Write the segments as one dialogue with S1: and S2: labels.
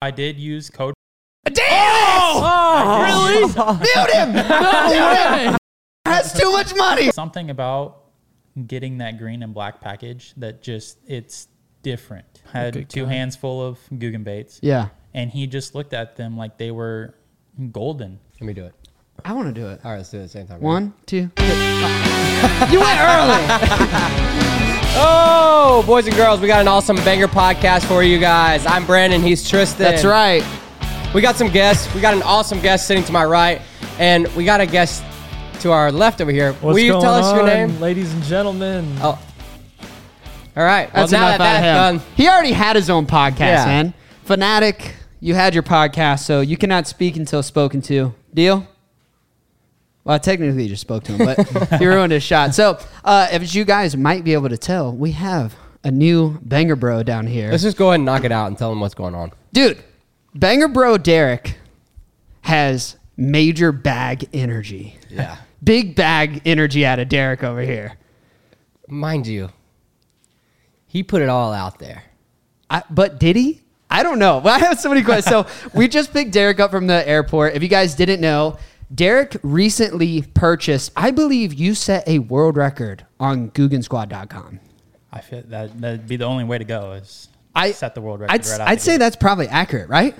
S1: I did use code.
S2: Oh! Damn!
S1: Really?
S2: Mute him! Mute him! That's too much money.
S1: Something about getting that green and black package that just it's different. Had
S2: Good
S1: two
S2: God.
S1: hands full of Guggenbaits,
S2: Yeah,
S1: and he just looked at them like they were golden.
S3: Let me do it.
S2: I want to do it.
S3: All right, let's do it at the same time.
S2: One, two. Three. you went early.
S3: Oh, boys and girls, we got an awesome banger podcast for you guys. I'm Brandon. He's Tristan.
S2: That's right.
S3: We got some guests. We got an awesome guest sitting to my right, and we got a guest to our left over here.
S4: What's
S3: Will you
S4: going
S3: tell us your
S4: on,
S3: name?
S4: ladies and gentlemen?
S3: Oh. All right.
S2: That's
S3: well, now that
S2: enough
S3: that's
S2: out of
S3: done,
S2: him. He already had his own podcast,
S3: Yeah.
S2: man. Fanatic, you had your podcast, so you cannot speak until spoken to. Deal? Well, technically, you just spoke to him, but you ruined his shot. So, uh, as you guys might be able to tell, we have a new banger bro down here.
S3: let's just go ahead and knock it out and tell them what's going on.
S2: Dude, banger bro Derek has major bag energy.
S3: Yeah.
S2: Big bag energy out of Derek over here.
S3: Mind you, he put it all out there.
S2: I, but did he? I don't know. Well, I have so many questions. So we just picked Derek up from the airport. If you guys didn't know, Derek recently purchased, I believe you set a world record on GuggenSquad.com.
S1: I feel that that'd be the only way to go is
S2: I
S1: set the world record.
S2: I'd,
S1: right out
S2: I'd
S1: the
S2: say
S1: gate. Mm-hmm.
S2: that's probably accurate, right?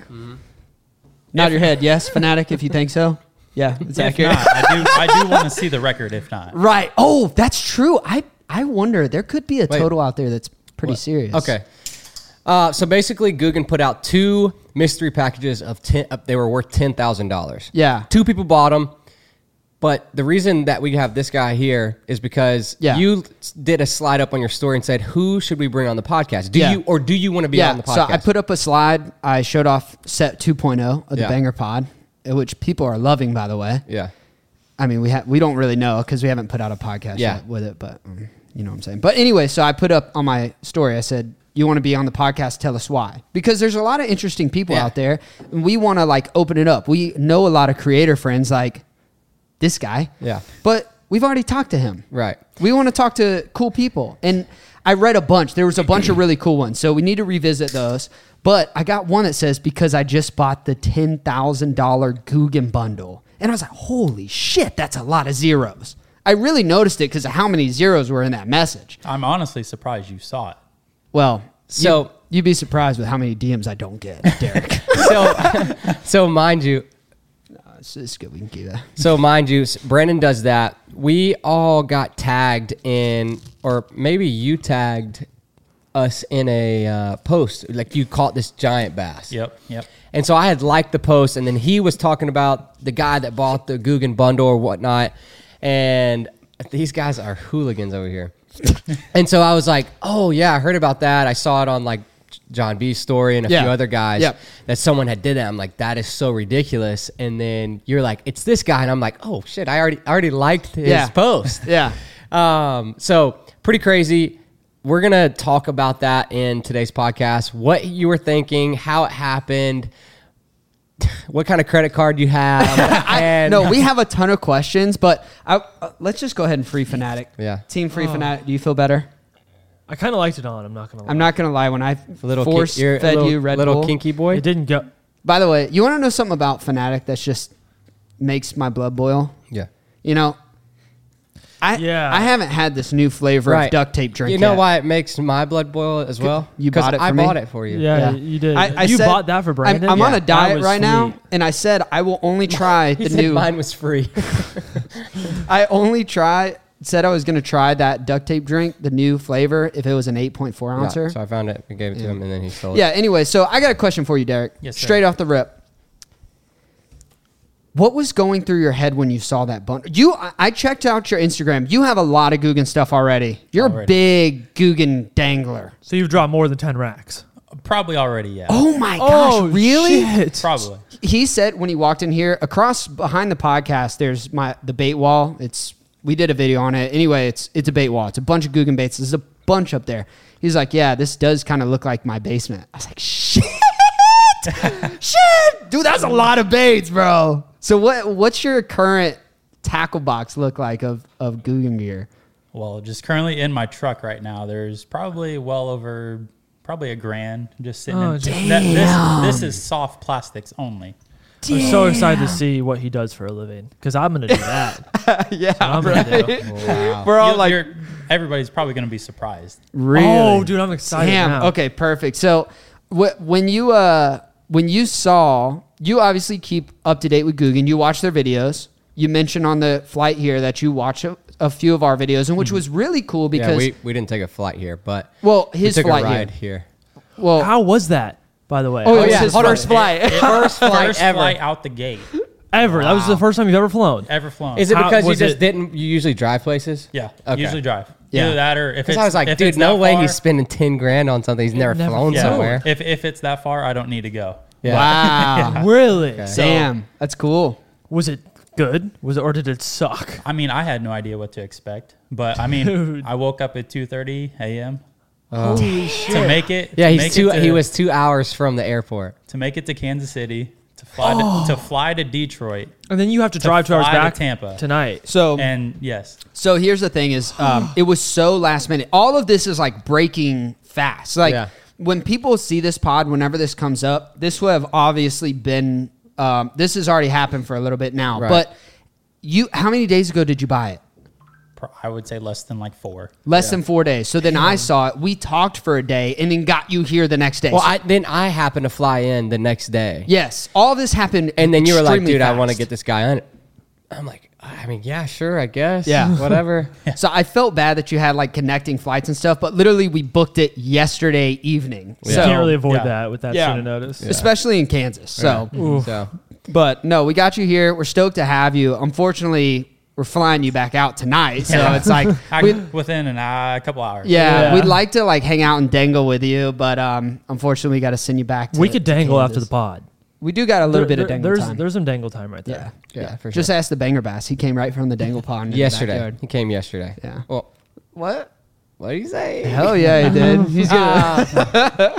S2: Nod your head, yes, fanatic, if you think so. Yeah, it's
S1: If
S2: accurate.
S1: not, I do. I do want to see the record. If not,
S2: Right. Oh, that's true. I I wonder there could be a
S3: Wait.
S2: total out there that's pretty serious.
S3: Okay. Uh, so basically, Guggen put out two mystery packages of ten. Uh, they were worth ten thousand dollars.
S2: Yeah.
S3: Two people bought them, but the reason that we have this guy here is because
S2: Yeah.
S3: you s- did a slide up on your story and said, "Who should we bring on the podcast? Do
S2: Yeah.
S3: you or do you want to be
S2: Yeah.
S3: on the podcast?"
S2: So I put up a slide. I showed off set 2.0 of the
S3: Yeah.
S2: Banger Pod, uh, which people are loving, by the way.
S3: yeah.
S2: I mean, we ha- we don't really know because we haven't put out a podcast
S3: Yeah.
S2: yet with it, but um, you know what I'm saying. But anyway, so I put up on my story. I said, "You want to be on the podcast? Tell us why." Because there's a lot of interesting people
S3: Yeah.
S2: out there, and we want to like open it up. We know a lot of creator friends, like this guy.
S3: Yeah.
S2: But we've already talked to him.
S3: Right.
S2: We want to talk to cool people. And I read a bunch. There was a bunch of really cool ones. So we need to revisit those. But I got one that says, because I just bought the $10,000 Guggen bundle. And I was like, holy shit, that's a lot of zeros. I really noticed it because of how many zeros were in that message.
S1: I'm honestly surprised you saw it.
S2: Well,
S3: So-
S2: you, you'd be surprised with how many DMs I don't get, Derek.
S3: So, so mind you,
S2: it's, it's good we can keep that.
S3: So mind you, s- Brandon does that. We all got tagged in, or maybe you tagged us in a uh, post, like you caught this giant bass.
S1: Yep. Yep.
S3: And so I had liked the post, and then he was talking about the guy that bought the Guggen bundle or whatnot, and these guys are hooligans over here. and so I was like, oh yeah, I heard about that. I saw it on like John B's story and a
S2: Yeah.
S3: few other guys
S2: Yep.
S3: that someone had did that. I'm like, that is so ridiculous. And then you're like, it's this guy, and I'm like, oh shit, I already I already liked his
S2: Yeah.
S3: post.
S2: Yeah.
S3: Um, so pretty crazy. We're gonna talk about that in today's podcast. What you were thinking, how it happened, what kind of credit card you have, and
S2: no, we have a ton of questions, but I, uh, let's just go ahead and free Fanatic.
S3: Yeah. Oh.
S2: Team Free Fanatic, do you feel better?
S4: I kind of liked it on. I'm not gonna lie.
S2: I'm not gonna lie. When I
S3: little kink-
S2: force
S3: you're a
S2: fed
S3: little,
S2: you Red
S3: little
S2: Bull.
S3: kinky boy.
S4: It didn't go.
S2: By the way, you want to know something about Fnatic that's just makes my blood boil?
S3: Yeah,
S2: You know, I
S4: Yeah.
S2: I haven't had this new flavor of duct tape drink.
S3: You know
S2: yet.
S3: why it makes my blood boil as well?
S2: you
S3: 'Cause
S2: bought it
S3: I
S2: for me?
S3: bought it for you.
S4: Yeah, you did.
S2: I, I
S4: you
S2: said-
S4: bought that for
S2: I'm-
S4: Brandon.
S2: I'm, on a
S4: That
S2: diet
S4: was
S2: right now,
S4: sweet.
S2: and I said I will only try
S3: He
S2: the
S3: said
S2: new.
S3: mine was free.
S2: I only try said I was gonna try that duct tape drink, the new flavor, if it was an 8.4
S3: Yeah,
S2: ouncer.
S3: so I found it, and gave it to him, and then he stole it.
S2: Yeah. Anyway, so I got a question for you, Derek.
S1: Yes, sir.
S2: Straight off the rip. What was going through your head when you saw that bundle? You, I- I checked out your Instagram. You have a lot of Guggen stuff already. You're a
S1: Already.
S2: big Guggen dangler.
S4: So you've dropped more than ten racks.
S1: Probably already. Yeah.
S2: Oh my gosh! really?
S4: shit.
S1: Probably.
S2: He said when he walked in here, across behind the podcast, there's my the bait wall. It's we did a video on it. Anyway, it's it's a bait wall. It's a bunch of Guggen baits. There's a bunch up there. He's like, yeah, this does kind of look like my basement. I was like, shit, shit, dude, that's a lot of baits, bro. So what what's your current tackle box look like of of Guggen gear?
S1: Well, just currently in my truck right now, there's probably well over probably a grand just sitting.
S4: Oh,
S1: in,
S4: geez.
S2: Damn.
S1: this, this is soft plastics only.
S4: I'm so excited to see what he does for a living because I'm gonna do that.
S2: yeah,
S4: I'm gonna do.
S3: Wow.
S2: we're all
S1: You-
S2: like,
S1: you're- everybody's probably going to be surprised.
S2: really?
S4: Oh, dude, I'm excited.
S2: Damn.
S4: now.
S2: Okay, perfect. So, wh- when you uh, when you saw, you obviously keep up to date with Googan. You watch their videos. You mentioned on the flight here that you watch a, a few of our videos, and which was really cool because
S3: yeah, we, we didn't take a flight here, but
S2: well,
S3: we
S2: his
S3: took
S2: flight
S3: a
S2: here.
S3: ride here.
S2: Well,
S4: How was that, by the way?
S2: oh, it was
S3: yeah,
S2: his
S3: hold on.
S2: first flight.
S3: First flight
S1: First
S3: ever.
S1: flight out the gate
S4: ever? That was the first time you've ever flown.
S1: ever flown.
S3: Is it
S4: How
S3: because you
S4: was
S3: just
S4: it?
S3: didn't? You usually drive places.
S1: Yeah,
S3: Okay.
S1: usually drive.
S2: Yeah.
S1: Either that or if it's
S3: Because I was like,
S1: if
S3: dude,
S1: it's
S3: no
S1: that
S3: way
S1: far-
S3: he's spending ten grand on something he's never,
S4: never
S3: flown
S4: flown.
S3: somewhere.
S1: If if it's that far, I don't need to go.
S3: Yeah.
S2: Wow.
S4: Really?
S1: So,
S2: Damn, that's cool.
S4: Was it good? Was it or did it suck?
S1: I mean, I had no idea what to expect, but I mean,
S4: Dude.
S1: I woke up at two thirty a.m.
S4: Holy
S1: to
S4: shit!
S1: make it.
S3: Yeah,
S1: to
S3: he's
S1: make
S3: two.
S1: it to-
S3: he was two hours from the airport.
S1: to make it to Kansas City to fly to, to fly to Detroit
S4: And then you have to, drive two hours
S1: fly to
S4: back
S1: Tampa.
S4: tonight.
S2: So
S1: and yes,
S2: So here's the thing: is um, it was so last minute. All of this is like breaking fast. Like
S3: Yeah.
S2: when people see this pod, whenever this comes up, this would have obviously been. Um, this has already happened for a little bit now.
S3: Right.
S2: But you, how many days ago did you buy it?
S1: pro- I would say less than like four.
S2: Less than four days. So then I saw it. We talked for a day, and then got you here the next day.
S3: Well,
S2: So-
S3: I, then I happened to fly in the next day.
S2: yes, all this happened.
S3: And then you were like,
S2: extremely
S3: dude, I want to
S2: fast.
S3: get this guy on. I'm like, I mean, yeah, sure, I guess.
S2: Yeah.
S3: Whatever.
S2: So I felt bad that you had like connecting flights and stuff, but literally we booked it yesterday evening.
S4: You
S2: So,
S4: can't really avoid
S1: yeah.
S4: that with that
S2: Yeah.
S4: sort of notice.
S2: especially in Kansas. So
S3: so
S2: But no, we got you here. We're stoked to have you. Unfortunately, we're flying you back out tonight, so
S1: Yeah.
S2: it's like,
S1: I,
S2: we,
S1: within an hour, a couple hours.
S2: yeah,
S4: Yeah.
S2: we'd like to like hang out and dangle with you, but um, unfortunately, we got to send you back. To,
S4: We could
S2: to
S4: dangle
S2: Kansas.
S4: after the pod.
S2: We do got a little bit of dangle
S4: there's
S2: time.
S4: there's some dangle time right
S2: yeah,
S4: there.
S3: Yeah, for
S2: Just
S3: sure.
S2: ask the banger bass. He came right from the dangle pond in the
S3: yesterday.
S2: backyard.
S3: He came yesterday.
S2: Yeah.
S3: Well,
S2: what?
S3: what do you say?
S2: Hell yeah, he did. He's gonna Ah.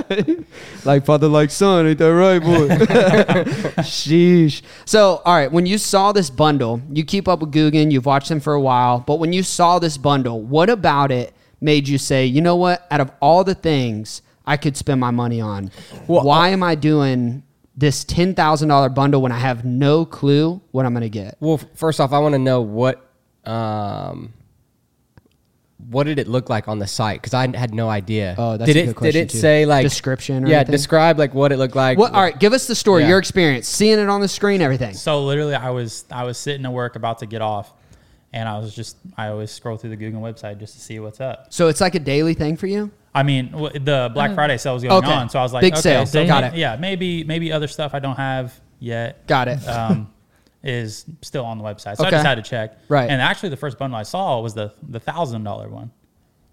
S2: like father, like son. Ain't that right, boy? Sheesh. So, all right. When you saw this bundle, you keep up with Guggen. You've watched him for a while, but when you saw this bundle, what about it made you say, you know what? Out of all the things I could spend my money on, why am I doing this ten thousand dollar bundle when I have no clue what I'm gonna get?
S3: Well, f- first off, I want to know what um, what did it look like on the site? Because I had no idea.
S2: Oh, that's
S3: did
S2: a
S3: it
S2: good question,
S3: did it
S2: too.
S3: say like
S2: Description or
S3: yeah,
S2: anything?
S3: describe like what it looked like.
S2: What? All right. Give us the story.
S3: Yeah.
S2: Your experience, seeing it on the screen, everything.
S1: So literally, I was I was sitting at work about to get off, and I was just I always scroll through the Google website just to see what's up.
S2: So it's like a daily thing for you.
S1: I mean, w- the Black Friday sale was going
S2: Mm. Okay.
S1: on, so I was like,
S2: Big
S1: okay,
S2: sale.
S1: so
S2: Got
S1: may-
S2: it.
S1: Yeah, maybe maybe other stuff I don't have yet.
S2: Got it.
S1: um, is still on the website. So
S2: Okay.
S1: I just had to check.
S2: Right.
S1: And actually, the first bundle I saw was the the thousand dollar one.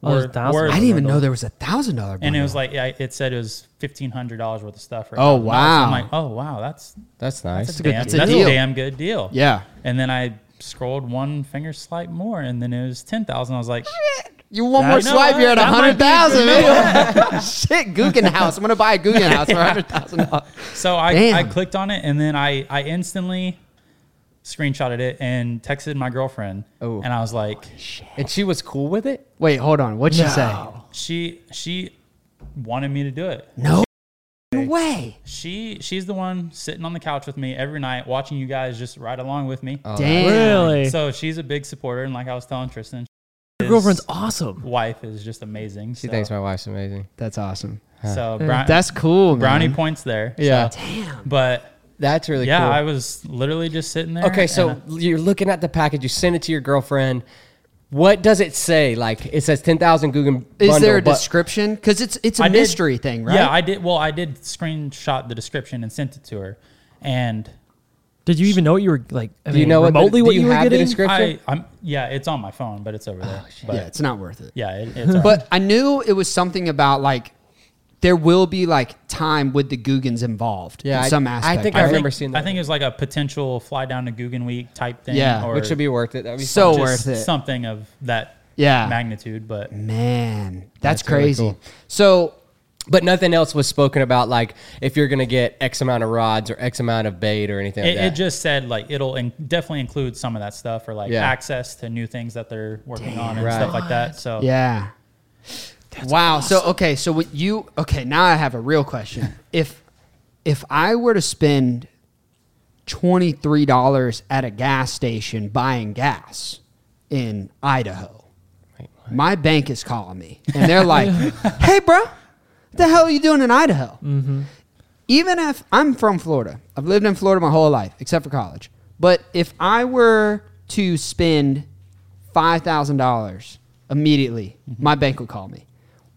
S4: Oh, there's
S1: Worth-
S4: $1,000.
S1: worth
S2: I
S1: of
S2: didn't even
S1: bundle.
S2: know there was a thousand dollar.
S1: And it was like, yeah, it said it was fifteen hundred dollars worth of stuff. For
S2: Oh,
S1: $1,000.
S2: wow.
S1: I'm like, oh wow, that's
S3: That's
S1: that's
S3: nice.
S1: a damn,
S2: That's
S1: that's,
S2: a
S1: a,
S2: deal.
S1: damn good deal.
S2: yeah,
S1: And then I scrolled one finger swipe more, and then it was ten thousand. I was like,
S2: you one
S1: I
S2: more
S1: know,
S2: swipe,
S1: I-
S2: you're at a
S1: that
S2: hundred
S1: might be
S2: thousand. man. Shit, Guggenhaus. I'm gonna buy a Guggenhaus for a hundred thousand dollars.
S1: so I,
S2: Damn.
S1: I clicked on it, and then I I instantly screenshotted it and texted my girlfriend.
S3: Oh.
S1: And I was like,
S3: And she was cool with it.
S2: Wait, hold on. What'd she say?
S1: she she wanted me to do it.
S2: No way.
S1: She she's the one sitting on the couch with me every night, watching you guys just ride along with me.
S3: Oh,
S2: Damn.
S4: Really?
S1: So she's a big supporter, and like I was telling Tristan,
S4: Your girlfriend's awesome.
S1: wife is just amazing.
S3: She
S1: so,
S3: thinks my wife's amazing.
S2: That's awesome.
S1: so Bri-
S2: That's cool, man.
S1: brownie uh, points there.
S3: Yeah,
S1: But
S3: that's really
S1: yeah,
S3: cool.
S1: I was literally just sitting there.
S3: Okay, so
S1: and, uh,
S3: you're looking at the package. You send it to your girlfriend. What does it say? Like it says ten thousand Google.
S2: Is
S3: bundle,
S2: there a
S3: but-
S2: description? Because it's it's a
S1: I did-
S2: mystery thing, right?
S1: Yeah, I did. Well, I did screenshot the description and sent it to her, and
S4: Did you even know what you were like? I
S3: Do you
S4: mean,
S3: know what the-
S4: remotely
S3: do
S4: what
S3: you
S4: you, were
S3: have the
S4: getting?
S3: description?
S1: I, I'm yeah, it's on my phone, but it's over there. but
S2: yeah, it's not worth it.
S1: yeah, it, it's. all right.
S2: Oh, But I knew it was something about like there will be like time with the Guggens involved.
S3: Yeah,
S2: in
S3: I-
S2: some
S3: I
S2: aspect.
S3: think
S2: of
S3: I
S2: it.
S1: think-
S3: remember seeing that.
S1: I think it was like a potential fly down to Guggen Week type thing.
S2: Yeah,
S1: or
S3: which should be worth it. That'd be
S2: So
S3: fun.
S2: worth it.
S1: Something of that
S2: Yeah.
S1: magnitude, but
S2: Man, that's,
S3: really
S2: crazy.
S3: cool.
S2: So
S3: But nothing else was spoken about, like if you're gonna get X amount of rods or X amount of bait or anything. like
S1: it,
S3: that.
S1: it just said like it'll in, definitely include some of that stuff or like
S3: Yeah.
S1: access to new things that they're working on and
S3: Right.
S1: stuff like that. So
S2: yeah. wow. So okay. So what you okay? Now I have a real question. if if I were to spend twenty three dollars at a gas station buying gas in Idaho, my bank is calling me and they're like, "Hey, bro, what the hell are you doing in Idaho?"
S1: Mm-hmm.
S2: Even if I'm from Florida, I've lived in Florida my whole life except for college. But if I were to spend five thousand dollars immediately,
S1: Mm-hmm.
S2: my bank would call me.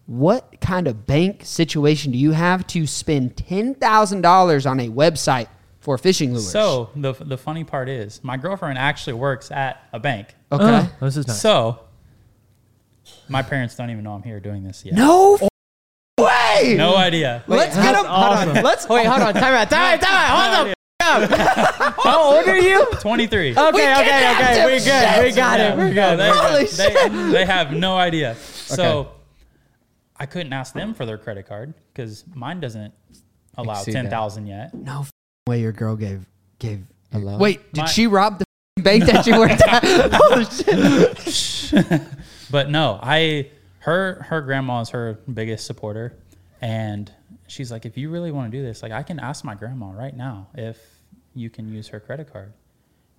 S2: What kind of bank situation do you have to spend ten thousand dollars on a website for fishing lures?
S1: So the the funny part is, my girlfriend actually works at a bank.
S2: okay,
S4: Oh, this is nice.
S1: So my parents don't even know I'm here doing this yet.
S2: no f- way.
S1: oh, No idea.
S2: Let's get
S4: that's
S2: him. Hold on.
S4: awesome.
S2: Let's
S3: Wait, hold on. Time out. Time out. Time out. Hold the f- up. How old are you?
S1: 23.
S3: Okay, okay,
S2: kidnapped
S3: okay.
S2: him.
S3: We're good. We got it. We're
S1: No,
S3: good.
S1: they,
S2: Holy
S1: they, they have no idea. So
S3: Okay.
S1: I couldn't ask them for their credit card because mine doesn't allow
S3: Exceed that.
S1: 10,000 yet.
S2: no f- way your girl gave gave.
S3: Hello?
S2: Wait, did
S1: My-
S2: she rob the f- bank that you worked at? oh shit!
S1: But no, I her her grandma is her biggest supporter and she's like if you really want to do this, like I can ask my grandma right now if you can use her credit card.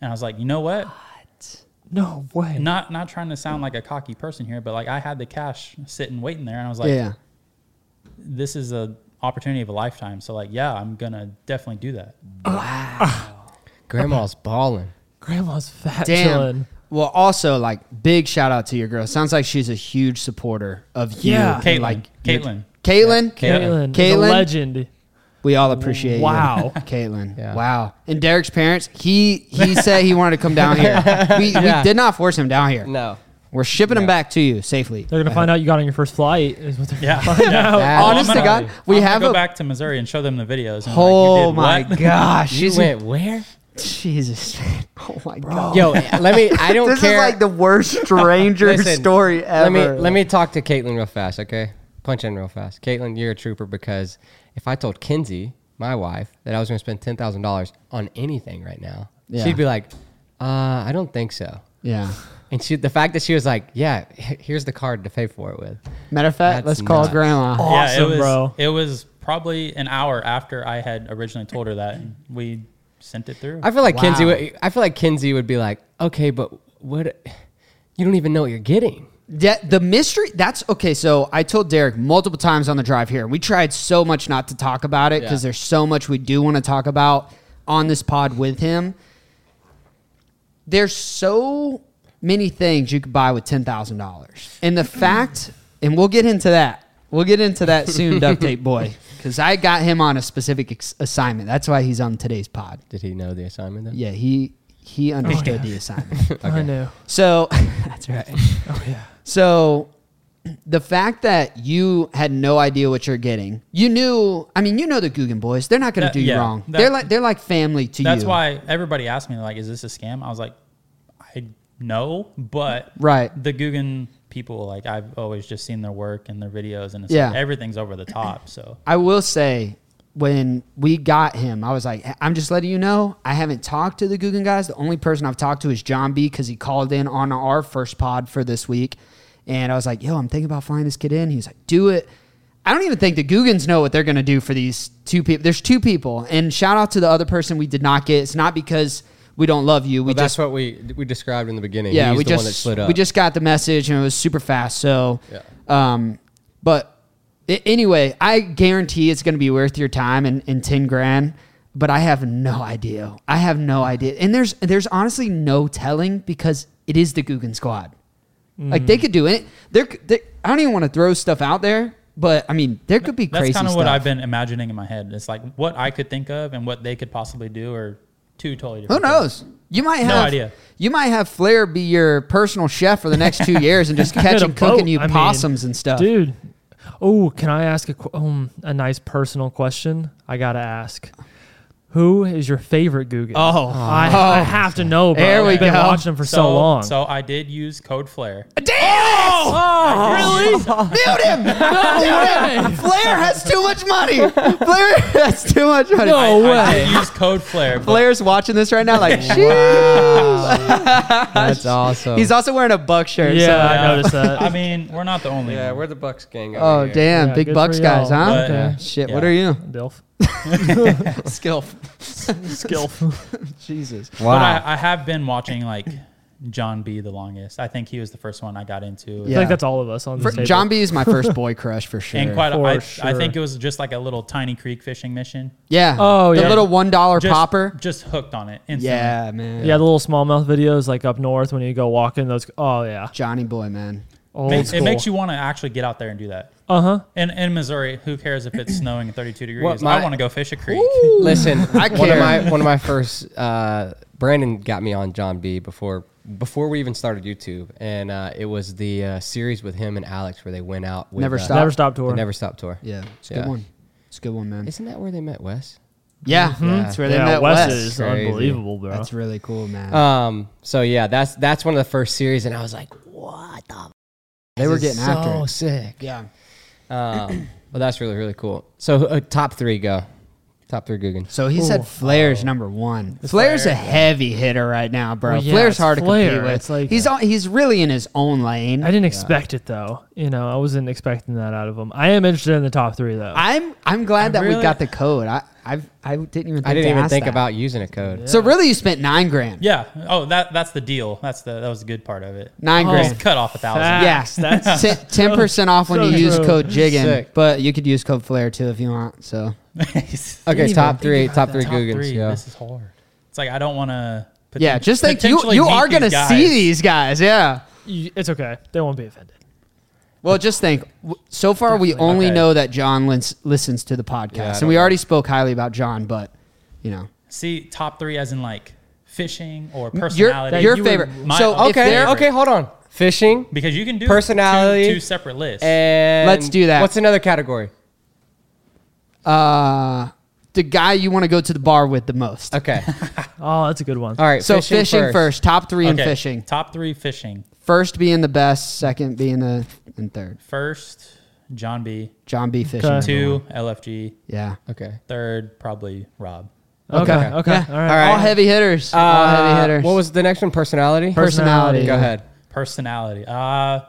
S1: And I was like, "You know what?
S4: No way.
S1: Not not trying to sound like a cocky person here, but like I had the cash sitting waiting there and I was like,
S2: Yeah.
S1: this is a opportunity of a lifetime. So like, yeah, I'm going to definitely do that."
S3: Grandma's balling.
S4: Grandma's fat
S2: Damn.
S4: chillin'.
S2: Well, also like big shout out to your girl. Sounds like she's a huge supporter of you.
S4: Yeah.
S2: and,
S1: Caitlin.
S2: like
S1: Caitlin.
S2: Caitlin.
S1: Yeah.
S4: Kaylin, the
S2: Kaylin?
S4: legend.
S2: We all appreciate you.
S4: Wow.
S2: Caitlin.
S3: Yeah.
S2: Wow. And Derek's parents. He he said he wanted to come down here. We, we
S3: Yeah.
S2: did not force him down here.
S3: No.
S2: We're shipping him back to you safely.
S4: They're gonna find out you got on your first flight. Is what they're
S1: Yeah.
S4: gonna find
S1: Yeah.
S3: That-
S4: out.
S1: Well, I'm
S2: Honest to
S1: gonna-
S2: God, we
S1: I'm gonna
S2: have
S1: go
S2: a-
S1: back to Missouri and show them the videos. And
S2: Oh
S1: be like,
S2: my
S1: "You did what?"
S2: gosh. She's
S3: You went where?
S2: Jesus. man. Oh my god.
S3: Yo, let me. I don't
S2: this
S3: care.
S2: is like the worst stranger
S3: Listen,
S2: story ever.
S3: Let me let me talk to Caitlin real fast, okay? Punch in real fast. Caitlin, you're a trooper because if I told Kinsey, my wife, that I was going to spend ten thousand dollars on anything right now,
S2: Yeah.
S3: she'd be like, "Uh, I don't think so."
S2: Yeah.
S3: And she, the fact that she was like, "Yeah, here's the card to pay for it with."
S2: Matter of fact,
S3: That's
S2: let's call
S3: nuts. Oh,
S2: grandma.
S1: Yeah, it
S4: Awesome,
S1: was,
S4: bro.
S1: It was probably an hour after I had originally told her that, and we sent it through.
S3: I feel like Kinsey.
S2: Wow.
S3: Would, I feel like Kinsey would be like, "Okay, but what? You don't even know what you're getting."
S2: Yeah, the mystery. That's okay. So I told Derek multiple times on the drive here. We tried so much not to talk about it because
S3: Yeah.
S2: there's so much we do want to talk about on this pod with him. There's so many things you could buy with ten thousand dollars, and the fact, and we'll get into that. We'll get into that soon, Duct Tape Boy, because I got him on a specific ex- assignment. That's why he's on today's pod.
S3: Did he know the assignment? Then?
S2: Yeah, he he understood the assignment.
S4: I know.
S2: So that's right.
S4: Oh yeah.
S2: So the fact that you had no idea what you're getting, you knew. I mean, you know the Guggen boys; they're not going to
S1: That-
S2: do
S1: yeah,
S2: you wrong.
S1: that-
S2: they're like they're like family to you.
S1: That's why everybody asked me like, "Is this a scam?" I was like, "I know, but
S2: Right.
S1: the Guggen people like I've always just seen their work and their videos, and it's
S2: Yeah.
S1: like, everything's over the top." So
S2: I will say when we got him, I was like, I'm just letting you know, I haven't talked to the Guggen guys. The only person I've talked to is John B because he called in on our first pod for this week. And I was like, yo, I'm thinking about flying this kid in. He was like, do it. I don't even think the Guggens know what they're going to do for these two people. There's two people. And shout out to the other person we did not get. It's not because we don't love you. We
S3: But that's
S2: just
S3: what we we described in the beginning.
S2: yeah,
S3: He's
S2: we
S3: the
S2: just
S3: one that slid up.
S2: we just got the message and it was super fast. So,
S3: Yeah.
S2: um, but a- anyway, I guarantee it's going to be worth your time and, and ten grand. But I have no idea. I have no idea. And there's there's honestly no telling because it is the Guggen Squad. Like
S4: Mm.
S2: they could do it. There, c- there- I don't even want to throw stuff out there, but I mean, there could be
S1: that's
S2: crazy
S1: kind of
S2: stuff.
S1: what I've been imagining in my head. It's like what I could think of and what they could possibly do are two totally
S2: Who
S1: different. things.
S2: knows? You might have
S1: idea.
S2: You might have Flair be your personal chef for the next two years and just
S4: Get
S2: catch
S4: a
S2: him cooking
S4: boat,
S2: you
S4: I mean,
S2: possums and stuff.
S4: dude. Oh, can I ask a qu- um a nice personal question? I gotta ask. Who is your favorite Guggen?
S2: Oh.
S4: I,
S2: Oh.
S4: I have to know. Bro.
S2: There we
S4: I've been
S2: go.
S4: watching them for so, long.
S1: So I did use code flare.
S2: Damn!
S1: Oh!
S4: Oh.
S2: Mute him! Mute him! Flair has too much money. Flair has too much money.
S4: No way.
S1: I did use code flare. but
S2: Flair's watching this right now, like, "Sheesh."
S3: That's awesome.
S2: he's also wearing a buck shirt.
S4: Yeah,
S2: so-
S4: I noticed that.
S1: I mean, we're not the only.
S3: yeah,
S1: one.
S3: we're the Bucks gang. over
S2: Oh
S3: here.
S2: damn,
S4: Yeah,
S2: big
S4: good
S2: bucks
S4: for
S2: guys,
S4: y'all. uh,
S2: huh?
S1: But,
S4: Okay.
S2: Shit,
S1: yeah.
S2: what are you?
S4: Dilf.
S2: Skill.
S4: Skill.
S2: Jesus.
S1: But
S3: Wow.
S1: I, I have been watching like John B the longest. I think he was the first one I got into.
S4: I
S2: Yeah.
S4: think that's all of us on
S2: For,
S4: this table.
S2: John B is my first boy crush for sure.
S1: And quite, a,
S4: For
S1: I, I
S4: sure.
S1: think it was just like a little tiny creek fishing mission.
S2: yeah.
S4: Oh,
S2: the
S4: yeah.
S2: little one dollar
S1: Just,
S2: popper.
S1: just hooked on it. Instantly.
S2: Yeah, man.
S4: Yeah, the little smallmouth videos like up north when you go walking. Those. Oh yeah.
S2: Johnny boy, man.
S4: Old
S1: Ma- it makes you
S4: school.
S1: want to actually get out there and do that.
S4: Uh huh.
S1: In in Missouri, who cares if it's snowing at 32 degrees?
S3: What my-
S1: I want to go fish a creek.
S3: Listen,
S2: I
S3: one
S2: care.
S3: of my one of my first uh, Brandon got me on John B before before we even started YouTube, and uh, it was the uh, series with him and Alex where they went out. With,
S2: Never
S3: uh,
S2: Stop.
S4: Never stop
S3: the
S4: tour.
S3: Never Stop tour.
S2: Yeah, it's a good
S3: Yeah.
S2: one. It's a good one, man.
S3: Isn't that where they met Wes?
S2: yeah,
S3: Yeah.
S2: that's where they
S4: Yeah,
S2: met
S4: Wes,
S2: Wes.
S4: is
S3: Crazy.
S4: unbelievable, bro.
S2: That's really cool, man.
S3: Um. So yeah, that's that's one of the first series, and I was like, what the?
S2: they were getting
S3: so
S2: after it.
S3: sick.
S2: Yeah.
S3: Um, well, that's really really cool. So uh, top three go, top three Guggen.
S2: So he said Flair's number one. Flair's a heavy hitter right now, bro.
S4: Well, yeah,
S2: Flair's
S4: it's
S2: hard
S4: Flair.
S2: to compete with.
S4: It's like-
S2: he's on, he's really in his own lane.
S4: I didn't expect it though. You know, I wasn't expecting that out of him. I am interested in the top three though.
S2: I'm I'm glad that we
S1: really-
S2: got the code. I I've, I didn't even think
S3: I didn't
S2: to
S3: even
S2: ask
S3: think
S2: that.
S3: about using a code.
S2: So really, you spent nine grand.
S1: yeah. Oh, that that's the deal. That's the that was a good part of it.
S2: Nine
S1: Just
S2: grand.
S1: cut off a thousand.
S4: Fact.
S2: Yeah,
S4: Facts. That's
S2: ten percent off when
S4: so
S2: you use
S4: true.
S2: code Jiggin,
S3: Sick.
S2: but you could use code Flair too if you want. So
S3: Okay,
S1: Even
S3: top
S1: think
S3: three,
S1: about
S3: top
S1: that.
S3: three Googans. yeah.
S1: This is hard. It's like I don't want to.
S2: yeah, just think you you are gonna see these guys. Yeah.
S4: you- it's okay. They won't be offended.
S2: Well, just think. w- So far, we only
S1: Okay.
S2: know that John lins- listens to the podcast,
S3: Yeah, I
S2: and we
S3: don't-
S2: already spoke highly about John, but you know.
S1: See top three as in like fishing or
S2: Your,
S1: personality.
S2: your
S4: you were
S2: favorite.
S1: my-
S2: so
S1: okay,
S2: if they're-
S3: Okay, okay, hold on. Fishing
S1: because you can do
S3: Personality
S1: two, two separate lists.
S3: and
S2: Let's do that.
S3: What's another category?
S2: uh, the guy you want to go to the bar with the most.
S3: Okay,
S4: Oh, that's a good one.
S3: all right.
S2: So fishing, first. top three in
S1: Okay,
S2: fishing.
S1: Top three fishing.
S2: First being the best, second being the and third.
S1: First, John B.
S2: John B. Fishing.
S4: Okay.
S1: Two, LFG.
S2: Yeah.
S3: Okay.
S1: Third, probably Rob.
S4: Okay. Okay.
S3: Okay.
S2: Yeah.
S4: All right.
S3: All right.
S2: All heavy hitters. All heavy
S3: Uh,
S2: hitters.
S3: What was the next one? Personality.
S2: personality?
S3: Go ahead.
S1: Personality. Uh,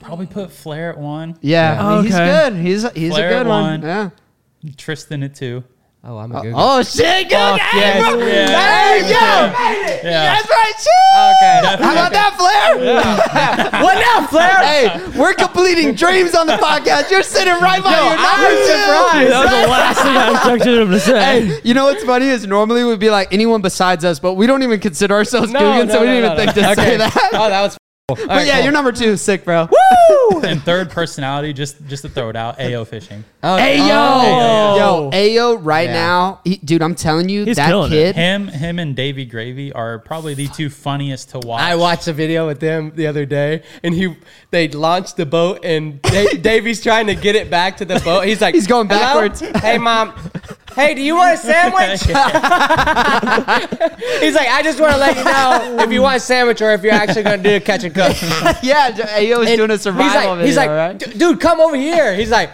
S2: Oh,
S1: Probably put Flair at one,
S2: Yeah. I mean, He's
S4: Oh, Okay.
S2: good. He's he's
S1: Flair
S2: a good one.
S1: one.
S2: Yeah.
S1: Tristan at two.
S3: Oh, I'm a
S2: Oh,
S3: Guggen.
S2: oh shit! Good game,
S3: Fuck yes.
S2: bro.
S1: Yeah.
S2: There you go.
S1: Yeah.
S2: That's right. Shit.
S3: Okay.
S2: How about that, Flair? what now, Flair? Hey, we're completing dreams on the podcast. You're sitting right by your
S4: Dude, that
S2: number two.
S4: was the last thing I expected him to say.
S2: Hey, you know what's funny is normally we'd be like anyone besides us, but we don't even consider ourselves
S3: No,
S2: Googans,
S3: no,
S2: so we didn't
S3: no, no,
S2: even
S3: no.
S2: think to say
S3: Okay.
S2: that.
S3: Oh, that was. Cool.
S2: But yeah, you're number two, is sick, bro. Woo!
S1: And third personality, just just to throw it out, AO fishing.
S2: Ayo, yo,
S4: Oh.
S2: Ayo, right
S3: Yeah.
S2: now, he- dude, I'm telling you,
S4: He's
S2: that
S4: killing it.
S2: kid.
S1: Him, him, and Davy Gravy are probably the two funniest to watch.
S3: I watched a video with them the other day, and he they launched the boat, and da- Davey's trying to get it back to the boat. He's like,
S2: He's going
S3: "Hello?
S2: backwards."
S3: Hey, mom. Hey, do you want a sandwich? He's like, I just want to let you know if you want a sandwich or if you're actually going to do a catch and cook.
S2: yeah, Ayo is
S3: And
S2: doing a survival
S3: he's
S2: video,
S3: like, he's like
S2: right?
S3: "D- dude, come over here. He's like,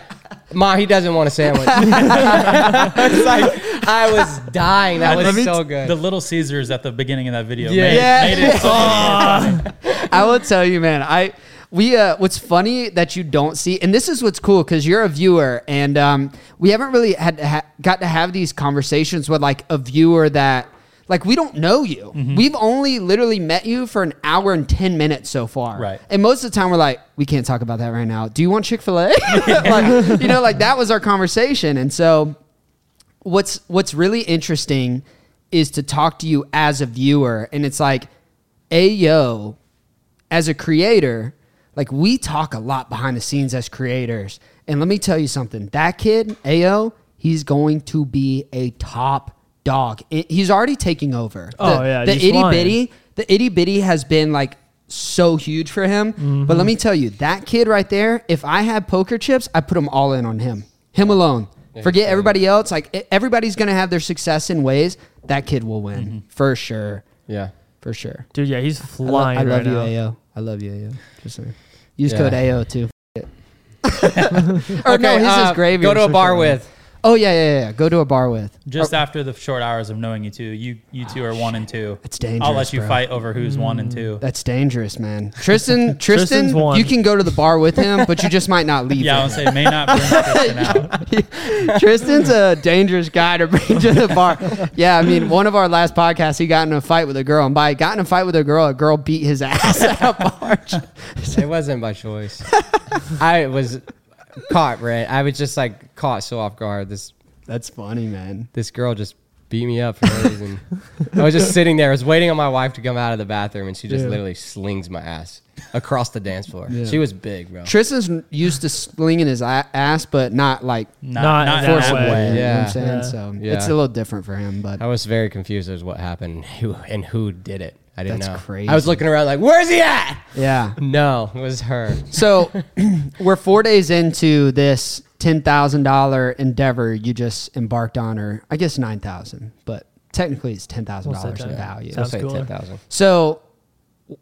S3: Ma, he doesn't want a sandwich. it's like I was dying. That
S1: Let
S3: was
S1: me
S3: so
S1: t-
S3: good.
S1: The Little Caesars at the beginning of that video.
S3: Yeah.
S1: Made,
S2: Yeah.
S1: Made it so
S2: I will tell you, man. I we uh, what's funny that you don't see, and this is what's cool because you're a viewer, and um, we haven't really had to ha- got to have these conversations with like a viewer that like we don't know you. We've only literally met you for an hour and ten minutes so far,
S1: Right.
S2: And most of the time, we're like, we can't talk about that right now. Do you want Chick Fil A? like, you know, like that was our conversation, and so what's what's really interesting is to talk to you as a viewer and it's like ayo as a creator like we talk a lot behind the scenes as creators and let me tell you something that kid ayo he's going to be a top dog I- he's already taking over
S4: Oh,
S2: the,
S4: yeah,
S2: the
S4: he's
S2: itty
S4: flying.
S2: bitty the itty bitty has been like so huge for him
S4: Mm-hmm.
S2: but let me tell you that kid right there if i had poker chips i put them all in on him him alone Forget everybody else. Like e- everybody's gonna have their success in ways.
S4: Mm-hmm.
S2: That kid will win for sure,
S3: yeah.
S2: for sure.
S4: Dude, yeah, he's
S2: I, lo-
S4: flying
S2: I love
S4: right
S2: you,
S4: now.
S2: Ayo. I love you, AO. Just saying. Use
S3: Yeah.
S2: code AO too. or no,
S3: Okay,
S2: his
S3: uh,
S2: is gravy.
S3: Go
S2: or
S3: to a
S2: some
S3: bar
S2: shit.
S3: with.
S2: Oh yeah, yeah, yeah. Go to a bar with.
S1: Just after the short hours of knowing you two, you you two are one and two.
S2: That's dangerous.
S1: I'll let you
S2: bro. Mm.
S1: fight over who's one and two.
S2: That's dangerous, man. Tristan, Tristan,
S4: Tristan's one.
S2: you can go to the bar with him, but you just might not leave.
S1: Yeah, I
S2: him.
S1: would say may not bring Tristan out.
S2: Tristan's a dangerous guy to bring to the bar. Yeah, I mean, one of our last podcasts, he got in a fight with a girl, and by got in a fight with a girl, a girl beat his ass at a bar.
S3: It wasn't by choice. I was caught, right? I was just like caught so off guard. This
S2: That's funny, man.
S3: this girl just beat me up for no reason. I was just sitting there. I was waiting on my wife to come out of the bathroom, and she just
S4: Yeah.
S3: literally slings my ass across the dance floor.
S2: Yeah.
S3: She was big, bro.
S2: Tristan's used to slinging his a- ass, but not like
S1: Not,
S4: Not
S1: not
S4: in that
S1: that
S4: way.
S1: way.
S2: You know what
S3: Yeah.
S2: I'm saying?
S4: Yeah.
S2: So
S3: Yeah.
S2: it's a little different for him, but
S3: I was very confused as what happened who, and who did it. I didn't
S2: That's
S3: know.
S2: crazy.
S3: I was looking around like, "Where's he at?"
S2: yeah.
S3: No, it was her.
S2: So we're four days into this ten thousand dollar endeavor you just embarked on, or I guess nine thousand, but technically it's ten thousand
S4: We'll
S2: dollars
S4: say
S2: in
S4: that.
S2: value.
S4: Sounds
S3: Say
S4: cooler.
S3: ten thousand.
S2: So,